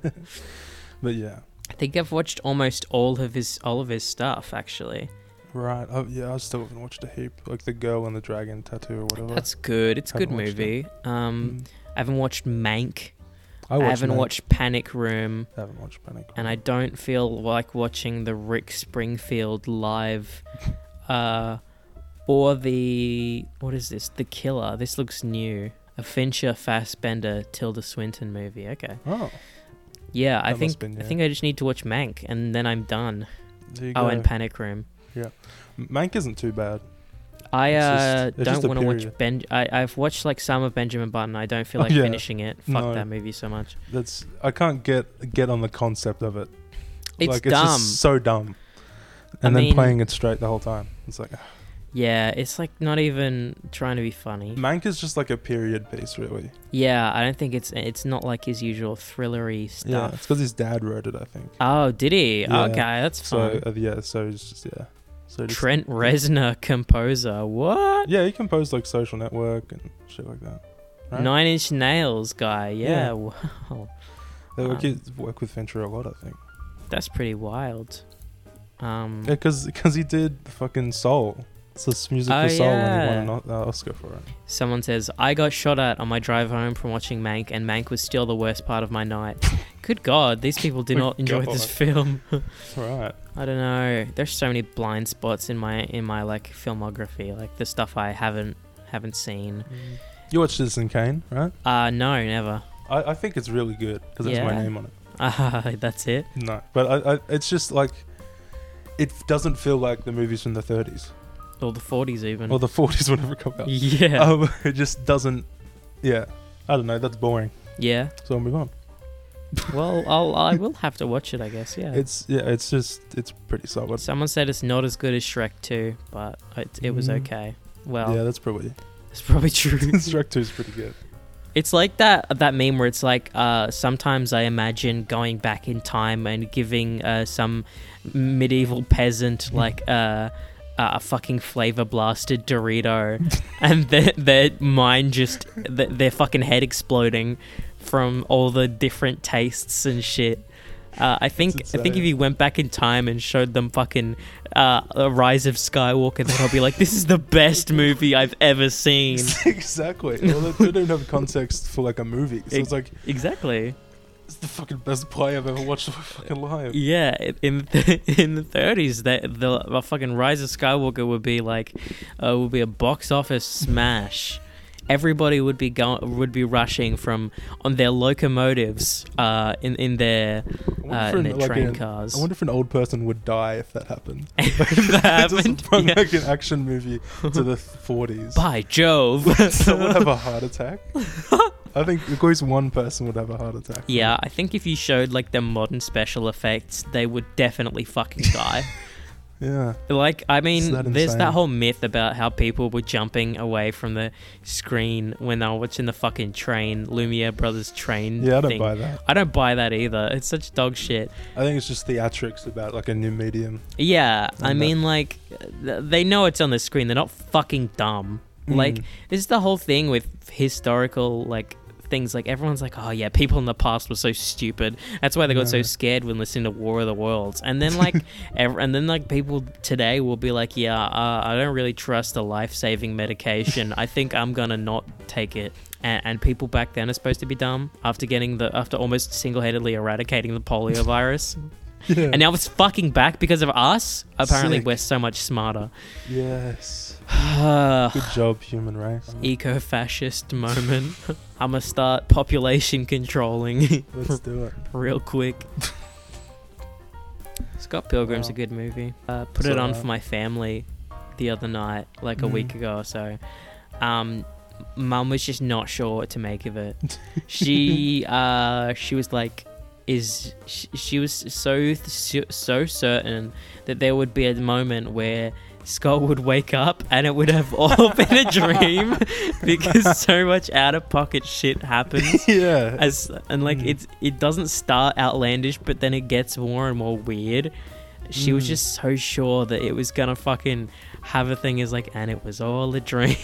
S1: but yeah,
S2: I think I've watched almost all of his all of his stuff actually.
S1: right. Oh, yeah, I still haven't watched a heap. Like the girl and the dragon tattoo or whatever.
S2: That's good. It's a good
S1: Haven't watched
S2: movie. Um,
S1: Mm.
S2: I haven't watched Mank.
S1: I,
S2: I,
S1: watched
S2: haven't
S1: Mank.
S2: watched Panic Room.
S1: I haven't watched Panic.
S2: and I don't feel like watching the Rick Springfield live, uh, or the what is this? The Killer. This looks new. A Fincher, Fassbender, Tilda Swinton movie. Okay,
S1: Oh,
S2: yeah, I
S1: That
S2: think
S1: must've been
S2: I
S1: new.
S2: think I just need to watch Mank, and then I'm done.
S1: there you
S2: Oh,
S1: go.
S2: and Panic Room.
S1: Mank isn't too bad.
S2: I
S1: It's just-
S2: uh,
S1: it's just
S2: don't
S1: a
S2: want to watch
S1: period. Oh,
S2: Ben. I, I've watched like some of Benjamin Button. I don't feel like
S1: yeah.
S2: finishing it. Fuck
S1: No.
S2: that movie so much.
S1: That's I can't get get on the concept of it.
S2: It's
S1: like,
S2: dumb.
S1: It's just so dumb.
S2: I
S1: And then
S2: mean-
S1: playing it straight the whole time. It's like ah,
S2: yeah, it's like not even trying to be funny.
S1: Mank is just like a period piece, really.
S2: Yeah, I don't think it's it's not like his usual thrillery
S1: Yeah,
S2: stuff.
S1: it's because his dad wrote it, I think.
S2: Oh, did he?
S1: Yeah.
S2: Okay, that's
S1: So
S2: fun.
S1: uh, yeah, so it's just yeah. So just,
S2: Trent Reznor, composer. What?
S1: Yeah, he composed like Social Network and shit like that. Right?
S2: Nine Inch Nails guy. Yeah,
S1: Yeah.
S2: wow,
S1: They work,
S2: um,
S1: work with Fincher a lot, I think.
S2: that's pretty wild. Um,
S1: Yeah, because he did the fucking Soul. It's this music
S2: Oh,
S1: for Soul,
S2: yeah.
S1: and he won an O- uh, Oscar for it.
S2: someone says I got shot at on my drive home from watching Mank, and Mank was still the worst part of my night. Good God, these people do
S1: Good
S2: not enjoy this
S1: God.
S2: film.
S1: Right.
S2: I don't know. There's so many blind spots in my in my like filmography, like the stuff I haven't haven't seen.
S1: You watched Citizen Kane, right?
S2: Uh no, never.
S1: I, I think it's really good because it's
S2: Yeah.
S1: my name on it.
S2: Ah, that's it.
S1: No, but I, I, it's just like it doesn't feel like the movies from the 30s
S2: Or the forties even.
S1: or the 40s, whenever it come out.
S2: yeah.
S1: Um, it just doesn't. Yeah, I don't know. That's boring.
S2: yeah.
S1: So I'll move on.
S2: Well, I'll I will have to watch it, I guess. Yeah.
S1: It's yeah, it's just it's pretty solid.
S2: Someone said it's not as good as Shrek Two, but it, it was
S1: Mm.
S2: okay. Well,
S1: yeah, that's probably
S2: it's probably true.
S1: Shrek Two is pretty good.
S2: it's like that that meme where it's like uh, sometimes I imagine going back in time and giving uh, some medieval peasant like uh, a fucking flavor blasted Dorito, and their their mind just their, their fucking head exploding from all the different tastes and shit. Uh, I think I think if
S1: insane.
S2: he went back in time and showed them fucking uh, a Rise of Skywalker, they'll be like, "This is the best movie I've ever seen."
S1: exactly. Well, they they don't have context for like a movie, so it's like
S2: exactly.
S1: it's the fucking best play I've ever watched in my fucking life.
S2: Yeah, i- in the, in the 30s, that the a fucking Rise of Skywalker would be like, uh, would be a box office smash. Everybody would be going, would be rushing from on their locomotives, uh, in in their
S1: I wonder
S2: uh,
S1: if
S2: in
S1: an-
S2: their
S1: like
S2: train
S1: an-
S2: cars.
S1: I wonder if an old person would die if that happened.
S2: If that happened,
S1: Just from
S2: yeah.
S1: like an action movie to the 40s.
S2: By Jove!
S1: Someone have a heart attack. I think at least one person would have a heart attack.
S2: yeah, I think if you showed like the modern special effects, they would definitely fucking die.
S1: Yeah.
S2: Like, I mean,
S1: that
S2: there's that
S1: insane?
S2: whole myth about how people were jumping away from the screen when they were watching the fucking train, Lumiere Brothers train.
S1: Yeah, I don't
S2: thing.
S1: buy that.
S2: I don't buy that either. It's such dog shit.
S1: I think it's just theatrics about like a new medium.
S2: Yeah, I
S1: I'm not-
S2: mean, like, th- they know it's on the screen. They're not fucking dumb. Like,
S1: Mm.
S2: this is the whole thing with historical, like, things. Like, everyone's like, oh, yeah, people in the past were so stupid. That's why they got so
S1: Yeah.
S2: scared when listening to War of the Worlds. And then, like, ev- and then, like, people today will be like, yeah, uh, I don't really trust the life saving medication. I think I'm going to not take it. And, and people back then are supposed to be dumb after getting the, after almost single handedly eradicating the polio virus.
S1: Mm. Yeah.
S2: And now it's fucking back because of us. Apparently,
S1: Sick.
S2: we're so much smarter.
S1: yes. Good job, human race.
S2: Eco fascist moment. I'm gonna start population controlling
S1: Let's do it.
S2: real quick. Scott Pilgrim's
S1: Wow.
S2: a good movie. Uh, put
S1: So,
S2: it on
S1: uh,
S2: for my family the other night, like a week
S1: Mhm.
S2: ago or so. Um, Mum was just not sure what to make of it. she uh, she was like, is she, she was so so certain that there would be a moment where Scott would wake up and it would have all been a dream because so much out of pocket shit happens
S1: yeah.
S2: as and like
S1: Mm.
S2: it's it doesn't start outlandish but then it gets more and more weird she was
S1: Mm.
S2: just so sure that it was gonna fucking have a thing is like and it was all a dream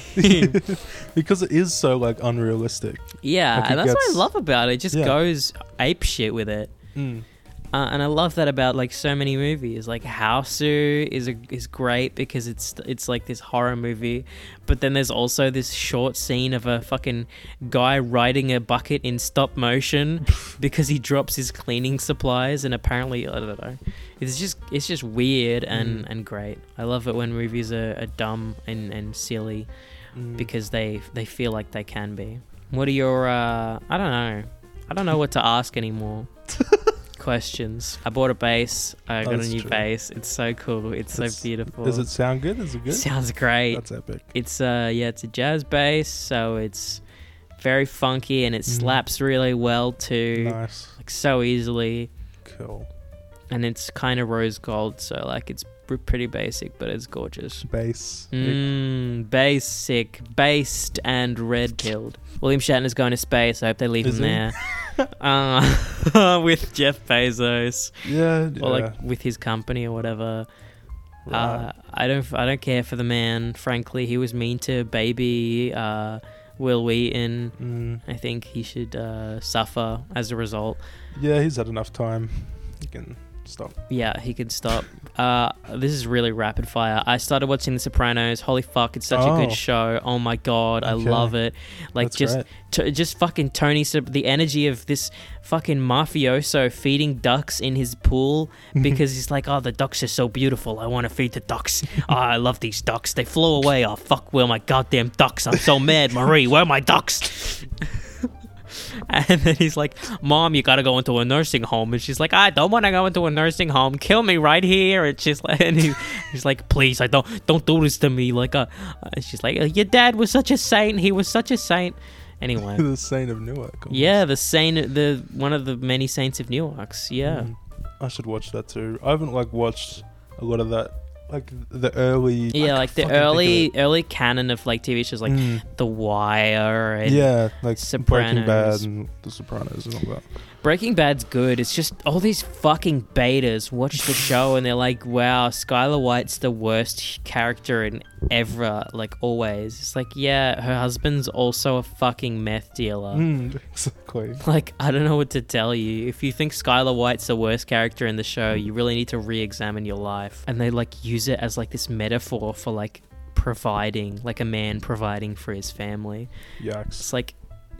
S1: because it is so like unrealistic.
S2: yeah
S1: Like, it
S2: and that's what
S1: gets-
S2: i love about it it just
S1: Yeah.
S2: goes ape shit with it
S1: Mm,
S2: uh, and I love that about like so many movies. Like Houseu is a, is great because it's it's like this horror movie, but then there's also this short scene of a fucking guy riding a bucket in stop motion because he drops his cleaning supplies and apparently I don't know. It's just it's just weird and
S1: Mm.
S2: and great. I love it when movies are, are dumb and and silly
S1: Mm.
S2: because they they feel like they can be. What are your uh I don't know. I don't know what to ask anymore. Questions. I bought a bass. I got a
S1: That's
S2: new
S1: true.
S2: bass. It's so cool. It's,
S1: It's-
S2: so beautiful.
S1: Does it sound good? Is it good?
S2: Sounds great.
S1: That's epic.
S2: It's uh yeah, it's a jazz bass, so it's very funky and it
S1: Mm.
S2: slaps really well too.
S1: Nice.
S2: Like so easily
S1: Cool.
S2: and it's kind of rose gold, so like it's pr- pretty basic, but it's gorgeous.
S1: Bass.
S2: Mm, basic, based, and red pilled. William Shatner's going to space. I hope they leave
S1: Is
S2: him
S1: he?
S2: there. uh, with Jeff Bezos
S1: Yeah. yeah.
S2: or like with his company or whatever.
S1: right.
S2: Uh, I don't, I don't care for the man. Frankly, he was mean to baby uh, Will Wheaton.
S1: Mm.
S2: I think he should uh, suffer as a result.
S1: Yeah, he's had enough time. He can stop.
S2: Yeah, he can stop. uh, this is really rapid fire. I started watching The Sopranos. Holy fuck, it's such a
S1: Oh.
S2: good show. Oh my god, I
S1: Okay.
S2: love it. Like
S1: That's
S2: just
S1: great.
S2: to, just fucking Tony, Sob- the energy of this fucking mafioso feeding ducks in his pool
S1: Mm-hmm.
S2: because he's like, oh, the ducks are so beautiful. I want to feed the ducks. Oh, I love these ducks. They flew away. Oh, fuck, where are my goddamn ducks? I'm so mad. Marie, where are my ducks? and then he's like, Mom, you gotta go into a nursing home. And she's like, I don't want to go into a nursing home. Kill me right here. And she's like, and he, he's like, Please, I don't, don't do this to me. Like, uh, and she's like, Your dad was such a saint. He was such a saint. Anyway,
S1: the Saint of Newark.
S2: yeah, the saint, the one of the many saints of Newark's. Yeah,
S1: Mm. I should watch that too. I haven't like watched a lot of that, like the early.
S2: yeah, like the
S1: fucking think of
S2: early, early canon of like TV shows, like
S1: Mm.
S2: The Wire. And,
S1: yeah, like Breaking Bad
S2: Sopranos.
S1: and The Sopranos and all that.
S2: Breaking Bad's good. It's just all these fucking betas watch the show and they're like, "Wow, Skylar White's the worst character in ever." Like always, it's like, yeah, her husband's also a fucking meth dealer.
S1: Mm, exactly.
S2: Like, I don't know what to tell you. If you think Skylar White's the worst character in the show, you really need to re-examine your life. And they like use it as like this metaphor for like providing, like a man providing for his family.
S1: Yikes.
S2: It's like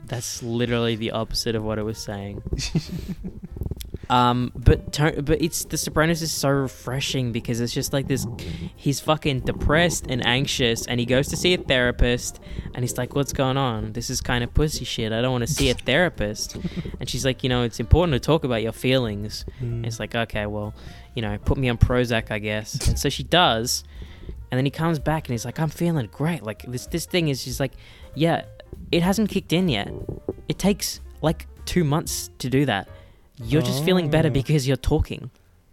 S2: that's literally the opposite of what I was saying. um, but to- but it's The Sopranos is so refreshing because it's just like this. He's fucking depressed and anxious, and he goes to see a therapist, and he's like, "What's going on? This is kind of pussy shit. I don't want to see a therapist." and she's like, "You know, it's important to talk about your feelings."
S1: Mm.
S2: It's like, okay, well, you know, put me on Prozac, I guess. And so she does. And then he comes back and he's like, I'm feeling great. Like this this thing is just like, yeah, it hasn't kicked in yet. It takes like two months to do that. You're just feeling better
S1: Oh.
S2: because you're talking.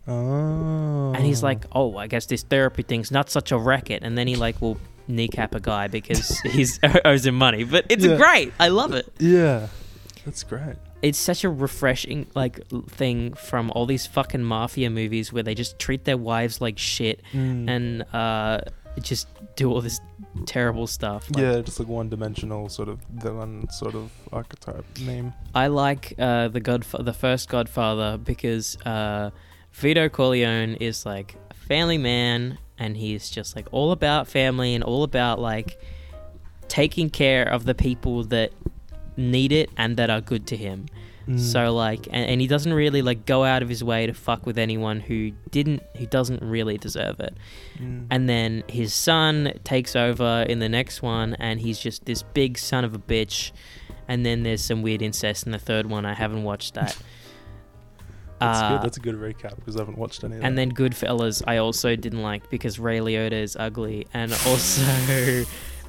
S1: Oh.
S2: And he's like, Oh, I guess this therapy thing's not such a racket and then he like will kneecap a guy because he's owes him money. But it's
S1: Yeah.
S2: great. I love it.
S1: Yeah. That's great.
S2: it's such a refreshing like l- thing from all these fucking mafia movies where they just treat their wives like shit
S1: Mm.
S2: and uh just do all this terrible stuff. Like,
S1: yeah, just like one dimensional sort of villain sort of archetype name.
S2: I like uh the Godf- the first Godfather because uh Vito Corleone is like a family man and he's just like all about family and all about like taking care of the people that need it and that are good to him.
S1: Mm.
S2: So like, and, and he doesn't really like go out of his way to fuck with anyone who didn't, who doesn't really deserve it.
S1: Mm.
S2: And then his son takes over in the next one, and he's just this big son of a bitch. And then there's some weird incest in the third one. I haven't watched that.
S1: that's
S2: Uh,
S1: good. That's a good recap because I haven't watched any of that.
S2: and then Goodfellas, I also didn't like because Ray Liotta is ugly, and also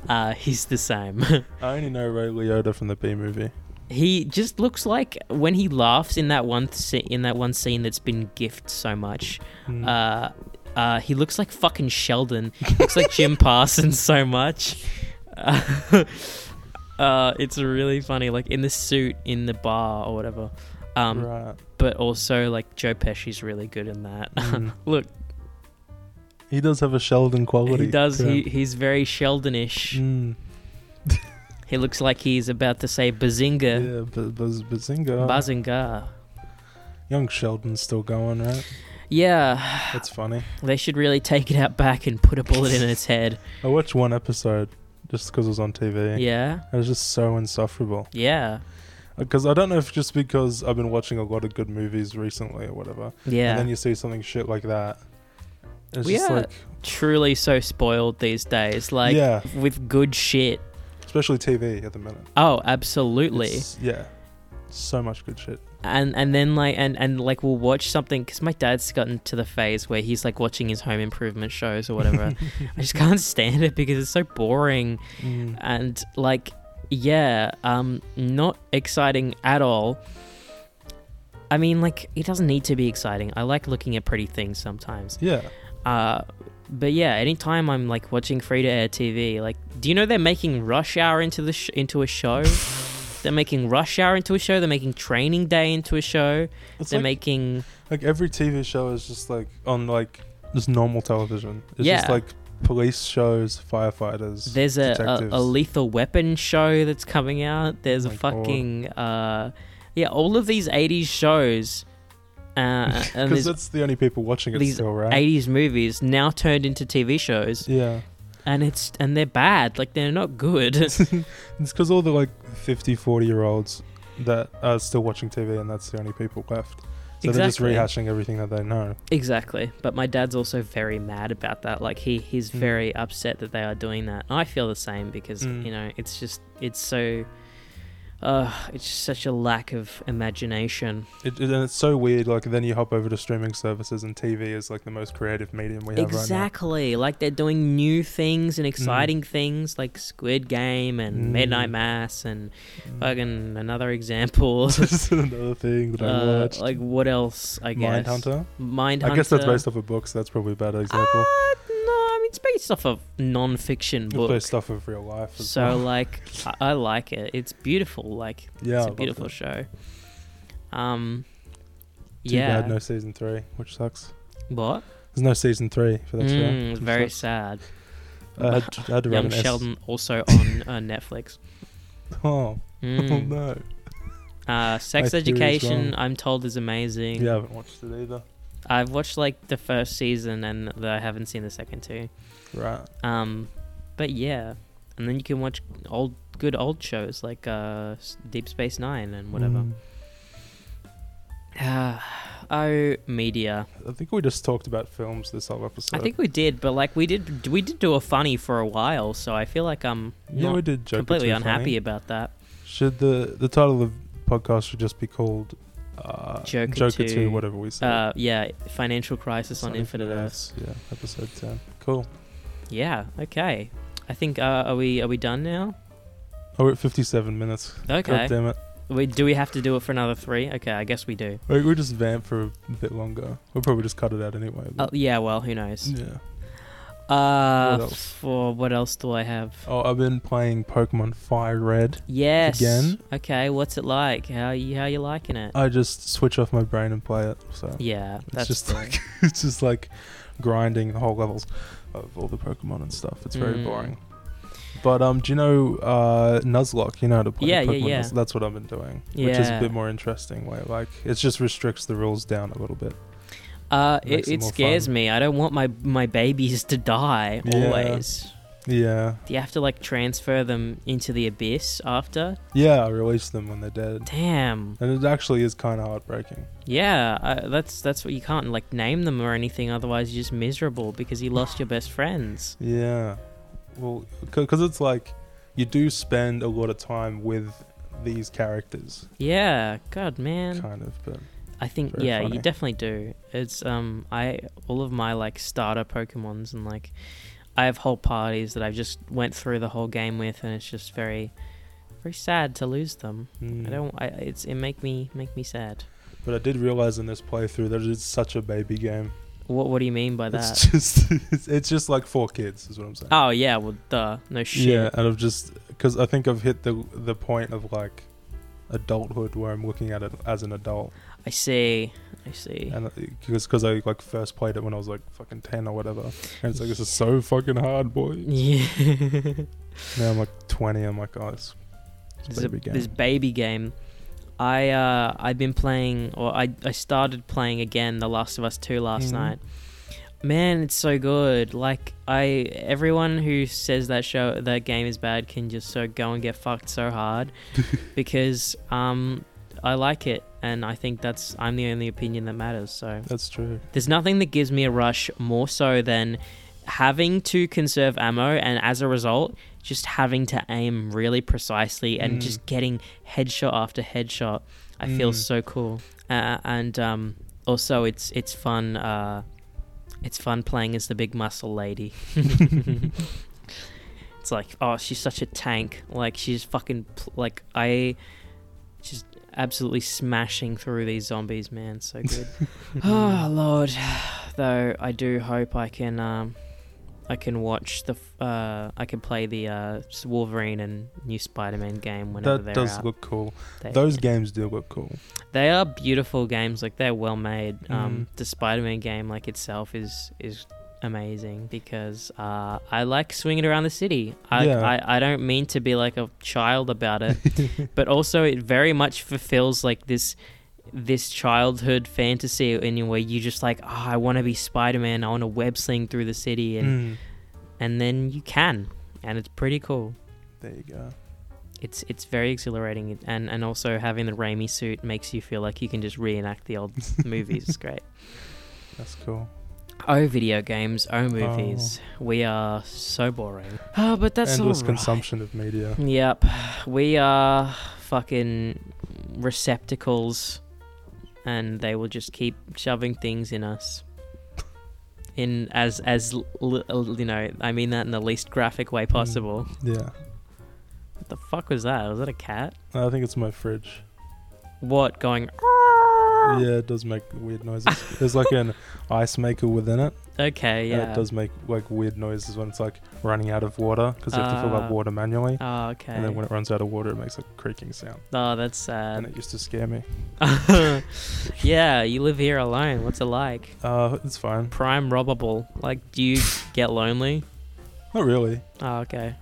S2: uh, he's the same.
S1: I only know Ray Liotta from the B movie.
S2: He just looks like when he laughs in that one se- in that one scene that's been gift so much.
S1: Mm.
S2: Uh, uh, he looks like fucking Sheldon. looks like Jim Parsons so much. Uh, uh, it's really funny, like in the suit in the bar or whatever. Um,
S1: right.
S2: But also like Joe Pesci's really good in that.
S1: Mm.
S2: Look,
S1: He does have a Sheldon quality.
S2: he does.
S1: to
S2: He,
S1: him.
S2: he's very Sheldonish.
S1: Mm.
S2: He looks like he's about to say
S1: Yeah,
S2: bazinga,
S1: bu- buzz, Bazinga.
S2: bazinga.
S1: Young Sheldon's still going, right?
S2: Yeah.
S1: That's funny.
S2: They should really take it out back and put a bullet in its head.
S1: I watched one episode just because it was on TV.
S2: Yeah.
S1: It was just so insufferable.
S2: Yeah.
S1: Because I don't know if just because I've been watching a lot of good movies recently or whatever. And then
S2: Yeah.
S1: you see something shit like that. It's
S2: We
S1: just
S2: are-
S1: like,
S2: Truly so spoiled these days. Like
S1: yeah,
S2: with good shit.
S1: especially TV at the minute.
S2: Oh, absolutely.
S1: It's- yeah. So much good shit.
S2: And and then like and and like we'll watch something because my dad's gotten to the phase where he's like watching his home improvement shows or whatever. I just can't stand it because it's so boring
S1: Mm.
S2: and like yeah, um, not exciting at all. I mean, like it doesn't need to be exciting. I like looking at pretty things sometimes.
S1: Yeah.
S2: Uh, but yeah, anytime I'm like watching free to air TV, like, do you know they're making Rush Hour into the sh- into a show? they're making Rush Hour into a show. They're making Training Day into a show.
S1: It's
S2: they're
S1: like,
S2: making
S1: like every TV show is just like on like just normal television. It's just
S2: Yeah.
S1: like police shows, firefighters.
S2: there's a, a,
S1: detectives.
S2: a Lethal Weapon show that's coming out. There's a
S1: My God.
S2: fucking uh, yeah, all of these '80s shows. Uh, and
S1: because
S2: these
S1: that's the only people watching it
S2: these
S1: still, right?
S2: 80s movies now turned into TV shows,
S1: Yeah,
S2: and it's and they're bad. Like they're not good.
S1: it's because all the like 50, 40 year olds that are still watching TV, and that's the only people left. So
S2: Exactly.
S1: they're just rehashing everything that they know.
S2: Exactly. But my dad's also very mad about that. Like he he's
S1: Mm.
S2: very upset that they are doing that. I feel the same because
S1: Mm.
S2: you know, it's just it's so uh it's just such a lack of imagination.
S1: It, it- and it's so weird. Like then you hop over to streaming services, and TV is like the most creative medium we have right
S2: exactly. Like they're doing new things and exciting
S1: Hmm.
S2: things like Squid Game and
S1: Mm.
S2: Midnight Mass and
S1: now.
S2: fucking another example.
S1: Mm. This is another thing that I
S2: Uh,
S1: watched.
S2: like what else? I guess
S1: Mindhunter.
S2: Mindhunter.
S1: I guess that's based off a book, so that's probably a bad
S2: Uh, no,
S1: example.
S2: I mean it's based off of non-fiction
S1: It's
S2: book.
S1: based off of real life. As
S2: So
S1: well.
S2: like, I, I like it. It's beautiful. Like
S1: yeah, I
S2: it's a
S1: loved
S2: beautiful
S1: it.
S2: show. Um,
S1: Too
S2: yeah.
S1: bad no season three, which sucks.
S2: What?
S1: There's no season three for that
S2: Mm,
S1: show.
S2: very
S1: Sucks.
S2: sad.
S1: I had to, I had to write
S2: Young
S1: an S-
S2: Sheldon also on uh, Netflix.
S1: Oh, oh
S2: Mm.
S1: no.
S2: Uh,
S1: My
S2: sex
S1: theory is
S2: Education,
S1: wrong.
S2: I'm told, is amazing.
S1: Yeah, I haven't watched it either.
S2: I've watched like the first season and the, I haven't seen the second two.
S1: Right.
S2: Um, but yeah, and then you can watch old good old shows like uh, S- Deep Space Nine and whatever.
S1: Mm.
S2: Ah, oh, media.
S1: I think we just talked about films this whole episode.
S2: I think we did, but like we did, we did do a funny for a while, so I feel like I'm
S1: yeah,
S2: not
S1: we did Joker
S2: completely
S1: too
S2: unhappy
S1: funny.
S2: about that.
S1: Should the the title of the podcast should just be called uh,
S2: Joker 2,
S1: whatever we say.
S2: Uh, yeah, financial crisis
S1: It's
S2: on Infinite Earths.
S1: Yeah, episode ten. Cool.
S2: Yeah. Okay. I think uh, are we are we done now?
S1: Oh, we're at fifty-seven minutes.
S2: Okay.
S1: God damn it.
S2: We do we have to do it for another three? Okay, I guess we do.
S1: We, we just vamp for a bit longer. We'll probably just cut it out anyway.
S2: Uh,
S1: but-
S2: yeah. Well, who knows?
S1: yeah.
S2: Uh,
S1: What
S2: what
S1: else?
S2: for what else do I have?
S1: Oh, I've been playing Pokemon Fire Red.
S2: Yes.
S1: Again? Uh,
S2: Okay. What's it like? How you how you liking it?
S1: I just switch off my brain and play it. So
S2: yeah. That's
S1: just
S2: cool.
S1: like- it's just like grinding the whole levels of all the Pokemon and stuff. It's very
S2: Mm.
S1: boring. But um, do you know uh, Nuzlocke? You know how to play
S2: Yeah, yeah,
S1: Pokemon.
S2: yeah.
S1: Nuz- That's what I've been doing, which is a
S2: Yeah.
S1: bit more interesting. Way like it just restricts the rules down a little bit.
S2: uh,
S1: it
S2: it,
S1: makes it
S2: it
S1: more
S2: scares
S1: fun.
S2: me. I don't want my my babies to die
S1: Yeah.
S2: always.
S1: Yeah,
S2: Do you have to like transfer them into the abyss after?
S1: yeah. I release them when they're dead,
S2: Damn.
S1: and it actually is kind of heartbreaking.
S2: Yeah. I, that's that's what you can't like name them or anything. Otherwise, you're just miserable because you lost your best friends.
S1: Yeah, well, because it's like you do spend a lot of time with these characters,
S2: Yeah. God, man.
S1: kind of. But
S2: I think
S1: Very
S2: yeah,
S1: funny.
S2: you definitely do. It's um I all of my like starter Pokemons and like I have whole parties that I've just went through the whole game with and it's just very very sad to lose them.
S1: mm.
S2: I don't I it's it make me make me sad.
S1: But I did realize in this playthrough that it's such a baby game.
S2: What what do you mean by that?
S1: It's just it's, it's just like four kids is what I'm saying.
S2: oh yeah, well duh, no shit.
S1: Yeah, and I've just because I think I've hit the the point of like adulthood where I'm looking at it as an adult,
S2: I see. I see.
S1: and because because I like first played it when I was like fucking ten or whatever, and it's like this is so fucking hard, boy.
S2: Yeah.
S1: Now I'm like twenty. I'm like, oh, it's, it's
S2: this,
S1: a baby game.
S2: this baby game. I uh, I've been playing, or I I started playing again The Last of Us Two last
S1: Mhm.
S2: night. Man, it's so good. Like I, everyone who says that show that game is bad can just so go and get fucked so hard, because um I like it, and I think that's I'm the only opinion that matters. So
S1: That's true.
S2: there's nothing that gives me a rush more so than having to conserve ammo and as a result, just having to aim really precisely and
S1: Mm.
S2: just getting headshot after headshot. I feel
S1: Mm.
S2: so cool. Uh, and um, also it's it's fun uh, it's fun playing as the big muscle lady. it's like, oh, she's such a tank. Like she's fucking pl- like I she's absolutely smashing through these zombies, man. So good. oh lord. Though I do hope I can um I can watch the f- uh I can play the uh Wolverine and new Spider-Man game whenever
S1: That
S2: they're
S1: does
S2: out.
S1: look cool.
S2: They-
S1: Those games do look cool.
S2: they are beautiful games. Like they're well made.
S1: Mm.
S2: Um, The Spider-Man game, like itself, is is amazing because uh, I like swinging around the city. I,
S1: Yeah.
S2: I I don't mean to be like a child about it, but also it very much fulfills like this this childhood fantasy in where you just like oh, I want to be Spider-Man. I want to web sling through the city, and
S1: Mm.
S2: and then you can, and it's pretty cool.
S1: There you go.
S2: It's it's very exhilarating, and and also having the Raimi suit makes you feel like you can just reenact the old movies. It's great.
S1: That's cool.
S2: Oh, video games. Oh, movies. We are so boring. Oh, but that's
S1: Endless
S2: all right.
S1: consumption of media.
S2: Yep, we are fucking receptacles, and they will just keep shoving things in us. In as as l- l- you know, I mean that in the least graphic
S1: Hmm.
S2: way possible.
S1: Yeah,
S2: What the fuck was that? Was that a cat?
S1: I think it's my fridge.
S2: What going?
S1: Yeah, it does make weird noises. There's like an ice maker within it.
S2: Okay,
S1: and
S2: yeah.
S1: it does make like weird noises when it's like running out of water because you have to fill up
S2: Ah.
S1: water manually.
S2: Oh, okay.
S1: And then when it runs out of water, it makes a creaking sound.
S2: oh, that's
S1: and
S2: sad.
S1: it used to scare me.
S2: yeah, you live here alone. What's it like?
S1: Uh, it's fine.
S2: Prime robbable. Like, do you get lonely?
S1: Not really.
S2: Oh, okay.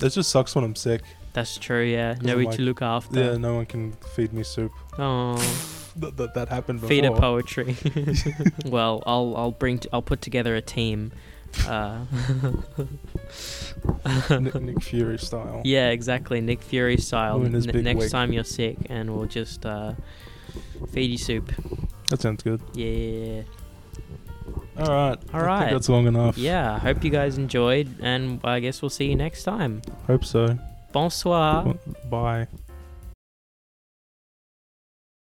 S1: It just sucks when I'm sick.
S2: That's true, yeah.
S1: Doesn't
S2: Nobody
S1: like-
S2: to look
S1: Yeah,
S2: after.
S1: no one can feed me soup.
S2: Oh.
S1: That, that, that happened before.
S2: Feed it poetry. well, I'll I'll bring t- I'll put together a team. Uh,
S1: Nick, Nick Fury style.
S2: yeah, exactly, Nick Fury style.
S1: Ooh, and his
S2: N-
S1: big
S2: next
S1: wig.
S2: time you're sick, and we'll just uh, feed you soup.
S1: That sounds good.
S2: Yeah,
S1: All right.
S2: All
S1: I
S2: right.
S1: think that's long enough.
S2: yeah. Hope you guys enjoyed, and I guess we'll see you next time.
S1: Hope so.
S2: Uh, Bonsoir.
S1: Bye.